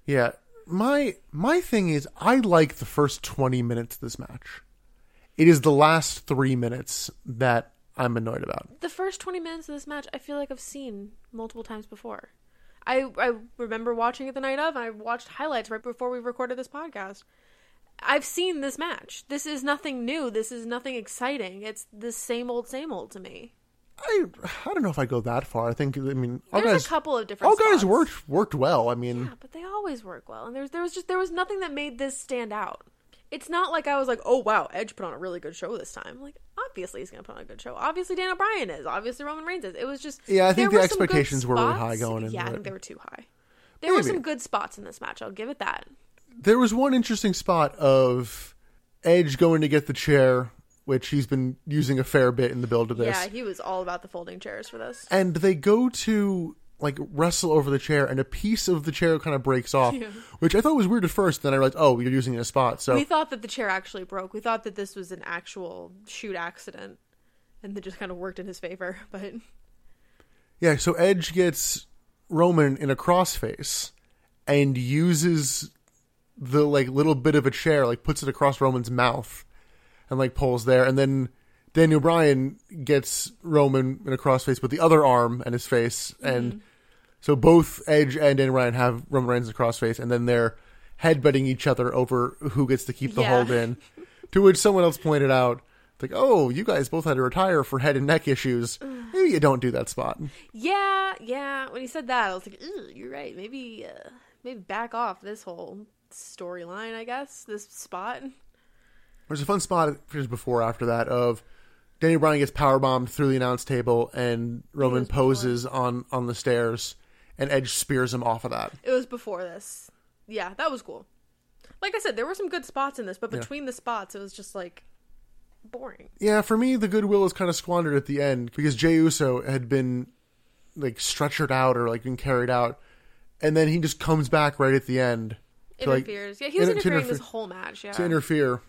S1: Yeah. My my thing is I like the first 20 minutes of this match. It is the last 3 minutes that I'm annoyed about.
S2: the first 20 minutes of this match i feel like i've seen multiple times before i i remember watching it the night of and i watched highlights right before we recorded this podcast i've seen this match this is nothing new this is nothing exciting it's the same old same old to me
S1: I I don't know if I go that far. I think I mean all
S2: there's
S1: guys
S2: a couple of different
S1: all guys
S2: spots.
S1: worked worked well. I mean,
S2: yeah, but they always work well and there's there was just there was nothing that made this stand out it's not like I was like, oh wow, Edge put on a really good show this time. Like, obviously he's gonna put on a good show. Obviously Dan O'Brien is. Obviously Roman Reigns is. It was just
S1: Yeah, I
S2: there
S1: think the
S2: were some good
S1: expectations were really high
S2: spots.
S1: going
S2: Yeah,
S1: into
S2: I
S1: it.
S2: think they were too high. There were
S1: Maybe.
S2: some good spots in this match. I'll give it that.
S1: there was one interesting spot of Edge going to get the chair, which he's been using a fair bit in the build of this.
S2: Yeah, he was all about the folding chairs for this.
S1: and they go to like wrestle over the chair and a piece of the chair kind of breaks off which i thought was weird at first then i realized oh you're using it as a spot so
S2: We thought that the chair actually broke. We thought that this was an actual shoot accident, and it just kind of worked in his favor. But
S1: yeah so edge gets roman in a crossface and uses the like little bit of a chair like puts it across roman's mouth and like pulls there and then daniel bryan gets roman in a crossface with the other arm and his face and So both Edge and Dan Ryan have Roman Reigns in crossface, and then they're headbutting each other over who gets to keep the
S2: Yeah.
S1: hold in. To which someone else pointed out Like, oh, you guys both had to retire for head and neck issues. Maybe you don't do that spot.
S2: Yeah, yeah. When you said that, I was like, "Ew, you're right. Maybe, uh, maybe back off this whole storyline. I guess this spot.
S1: There's a fun spot just before after that of Danny Bryan gets powerbombed through the announce table and Roman poses on on the stairs and Edge spears him off of that.
S2: It was before this. Yeah, that was cool. Like I said, there were some good spots in this, but between the spots, it was just like boring.
S1: Yeah, for me the goodwill is kind of squandered at the end because Jey Uso had been like stretchered out or like been carried out and then he just comes back right at the end. to, like,
S2: Interferes. yeah, he was
S1: inter- to
S2: interfering this
S1: interfere-
S2: whole match. Yeah.
S1: to interfere.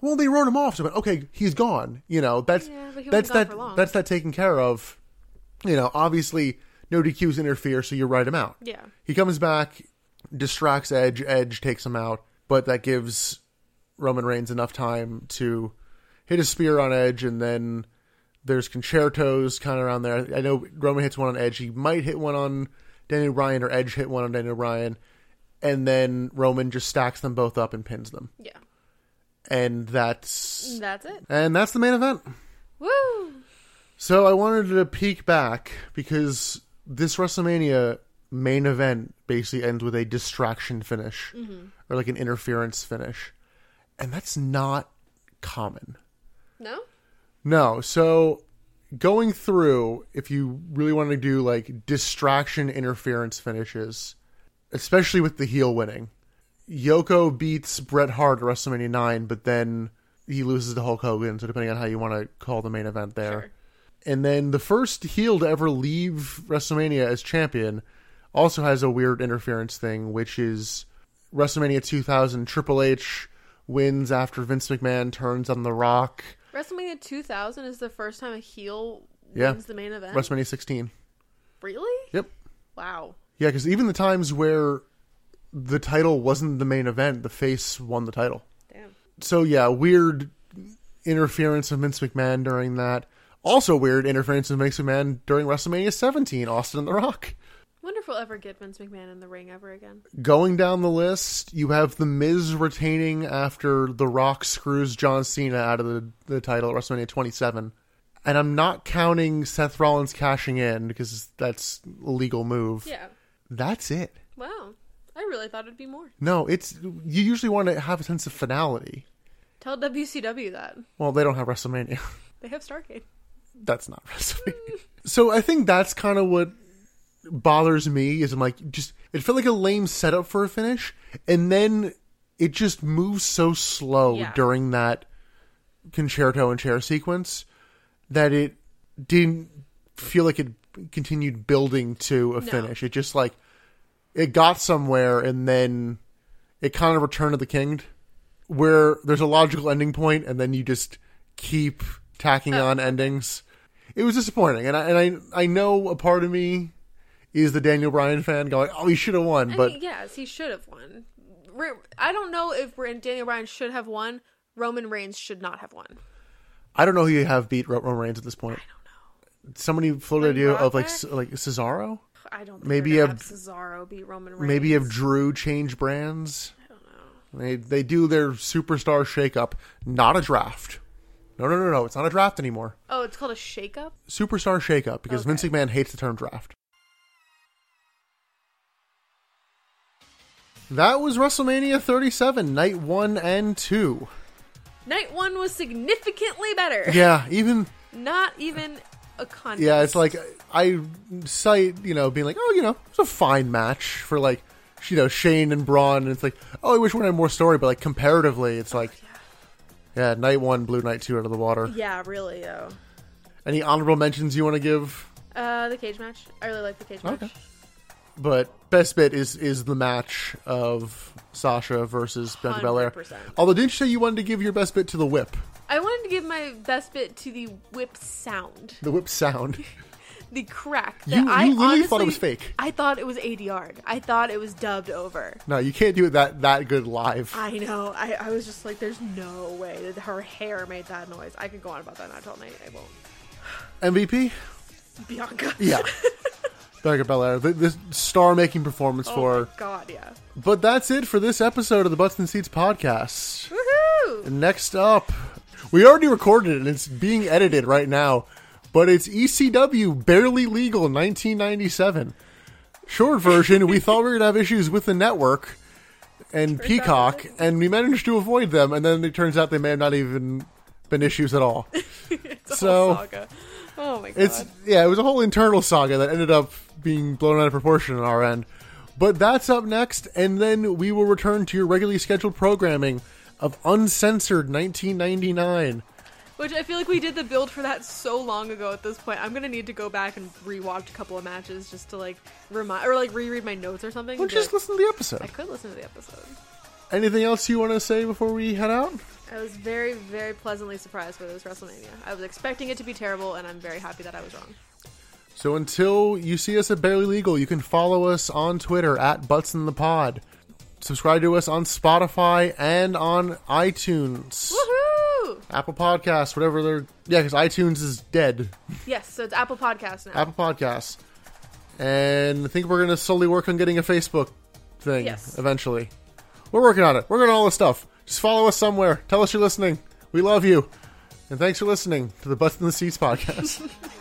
S1: Well, they wrote him off. So, but okay, he's gone. You know, that's
S2: Yeah, but he
S1: that's that
S2: wasn't gone for long.
S1: that's that taken care of. You know, obviously no DQs interfere, so you write him out.
S2: Yeah.
S1: he comes back, distracts Edge. Edge takes him out, but that gives Roman Reigns enough time to hit his spear on Edge, and then there's concertos kind of around there. I know Roman hits one on Edge. He might hit one on Daniel Bryan, or Edge hit one on Daniel Bryan, and then Roman just stacks them both up and pins them
S2: yeah.
S1: and that's
S2: That's it.
S1: and that's the main event.
S2: Woo!
S1: So I wanted to peek back because this WrestleMania main event basically ends with a distraction finish or like an interference finish, and that's not common.
S2: No.
S1: No, so going through if you really want to do like distraction interference finishes, especially with the heel winning. Yoko beats Bret Hart at WrestleMania 9, but then he loses to Hulk Hogan, so depending on how you want to call the main event there. And then the first heel to ever leave WrestleMania as champion also has a weird interference thing, which is WrestleMania 2000 Triple H wins after Vince McMahon turns on The Rock.
S2: WrestleMania 2000 is the first time a heel
S1: Yeah.
S2: wins the main event.
S1: WrestleMania 16.
S2: really?
S1: Yep.
S2: Wow.
S1: Yeah, because even the times where the title wasn't the main event, the face won the title.
S2: Damn.
S1: So yeah, weird interference of Vince McMahon during that. Also weird interference of Vince McMahon during WrestleMania 17, Austin and The Rock.
S2: Wonder if we'll ever get Vince McMahon in the ring ever again.
S1: Going down the list, you have The Miz retaining after The Rock screws John Cena out of the, the title at WrestleMania 27. And I'm not counting Seth Rollins cashing in because that's a legal move.
S2: Yeah.
S1: That's it.
S2: Wow. I really thought it'd be more.
S1: No, it's you usually want to have a sense of finality.
S2: Tell WCW that.
S1: Well, they don't have WrestleMania.
S2: They have Starcade.
S1: that's not WrestleMania. so I think that's kind of what bothers me is I'm like just it felt like a lame setup for a finish and then it just moves so slow
S2: Yeah.
S1: during that concerto and chair sequence that it didn't feel like it continued building to a finish. It just like it got somewhere and then it kind of returned to the king where there's a logical ending point and then you just keep tacking
S2: Oh.
S1: on endings. It was disappointing, and I and I I know a part of me is the Daniel Bryan fan going, "Oh, he should have won,"
S2: I mean,
S1: but
S2: yes, he should have won. Re- I don't know if Re- Daniel Bryan should have won. Roman Reigns should not have won.
S1: I don't know who you have beat Ro- Roman Reigns at this point. I don't know. Somebody floated
S2: Like
S1: an idea of
S2: Brock
S1: like
S2: Lesnar?
S1: Ce- like Cesaro,
S2: I don't. Think
S1: Maybe
S2: maybe have
S1: a-
S2: Cesaro beat Roman Reigns.
S1: maybe if Drew changed brands. They they do their superstar shakeup, not a draft. No, no, no, no. It's not a draft anymore.
S2: Oh, it's called a shakeup.
S1: Superstar shakeup because Vince McMahon hates the term draft. That was WrestleMania 37, night one and two.
S2: Night one was significantly better.
S1: Yeah, even
S2: Not even a contest.
S1: yeah, it's like I cite you know being like, oh, you know, it's a fine match for like you know Shane and Braun, and it's like, oh, I wish we had more story, but like comparatively, it's like, yeah, night one blew night two out of the water.
S2: Yeah, really though.
S1: Any honorable mentions you want to give?
S2: Uh, the cage match. I really like the cage
S1: Okay.
S2: match.
S1: but best bit is is the match of Sasha versus Bianca Belair.
S2: 100%.
S1: Although, didn't you say you wanted to give your best bit to the whip,
S2: I wanted to give my best bit to the whip sound,
S1: the whip sound?
S2: the crack. That
S1: You-
S2: I
S1: you literally
S2: honestly,
S1: thought it was fake.
S2: I thought it was ADR'd. I thought it was dubbed over.
S1: no, you can't do it that that good live.
S2: I know. I, I was just like, there's no way that her hair made that noise. I could go on about that match all night. I won't.
S1: MVP,
S2: Bianca.
S1: yeah, Bianca Belair, the, the star-making performance
S2: Oh
S1: for.
S2: my god, yeah.
S1: But that's it for this episode of the Butts and Seats podcast.
S2: Woohoo!
S1: Next up, We already recorded it and it's being edited right now, but it's ECW Barely Legal 1997. Short version, we thought we were going to have issues with the network and Peacock, and we managed to avoid them, and then it turns out they may have not even been issues at all. so
S3: saga. Oh my god.
S1: it's yeah, it was a whole internal saga that ended up being blown out of proportion on our end. But that's up next, and then we will return to your regularly scheduled programming of uncensored 1999.
S2: Which I feel like we did the build for that so long ago at this point. I'm gonna need to go back and rewatch a couple of matches just to like remind or like reread my notes or something.
S1: Well,
S2: and be
S1: just
S2: like,
S1: listen to the
S2: I
S1: episode.
S2: could listen to the episode.
S1: Anything else you want to say before we head out?
S2: I was very, very pleasantly surprised by this WrestleMania. I was expecting it to be terrible, and I'm very happy that I was wrong.
S1: So until you see us at Barely Legal, you can follow us on Twitter at Butts in the Pod. Subscribe to us on Spotify and on iTunes,
S2: Woohoo!
S1: Apple Podcasts, whatever they're. Yeah, because iTunes is dead.
S2: Yes, so it's Apple Podcasts now.
S1: Apple Podcasts. And I think we're going to slowly work on getting a Facebook thing
S2: Yes.
S1: eventually. We're working on it. We're going on all this stuff. Just follow us somewhere. Tell us you're listening. We love you. And thanks for listening to the Butts in the Seats podcast.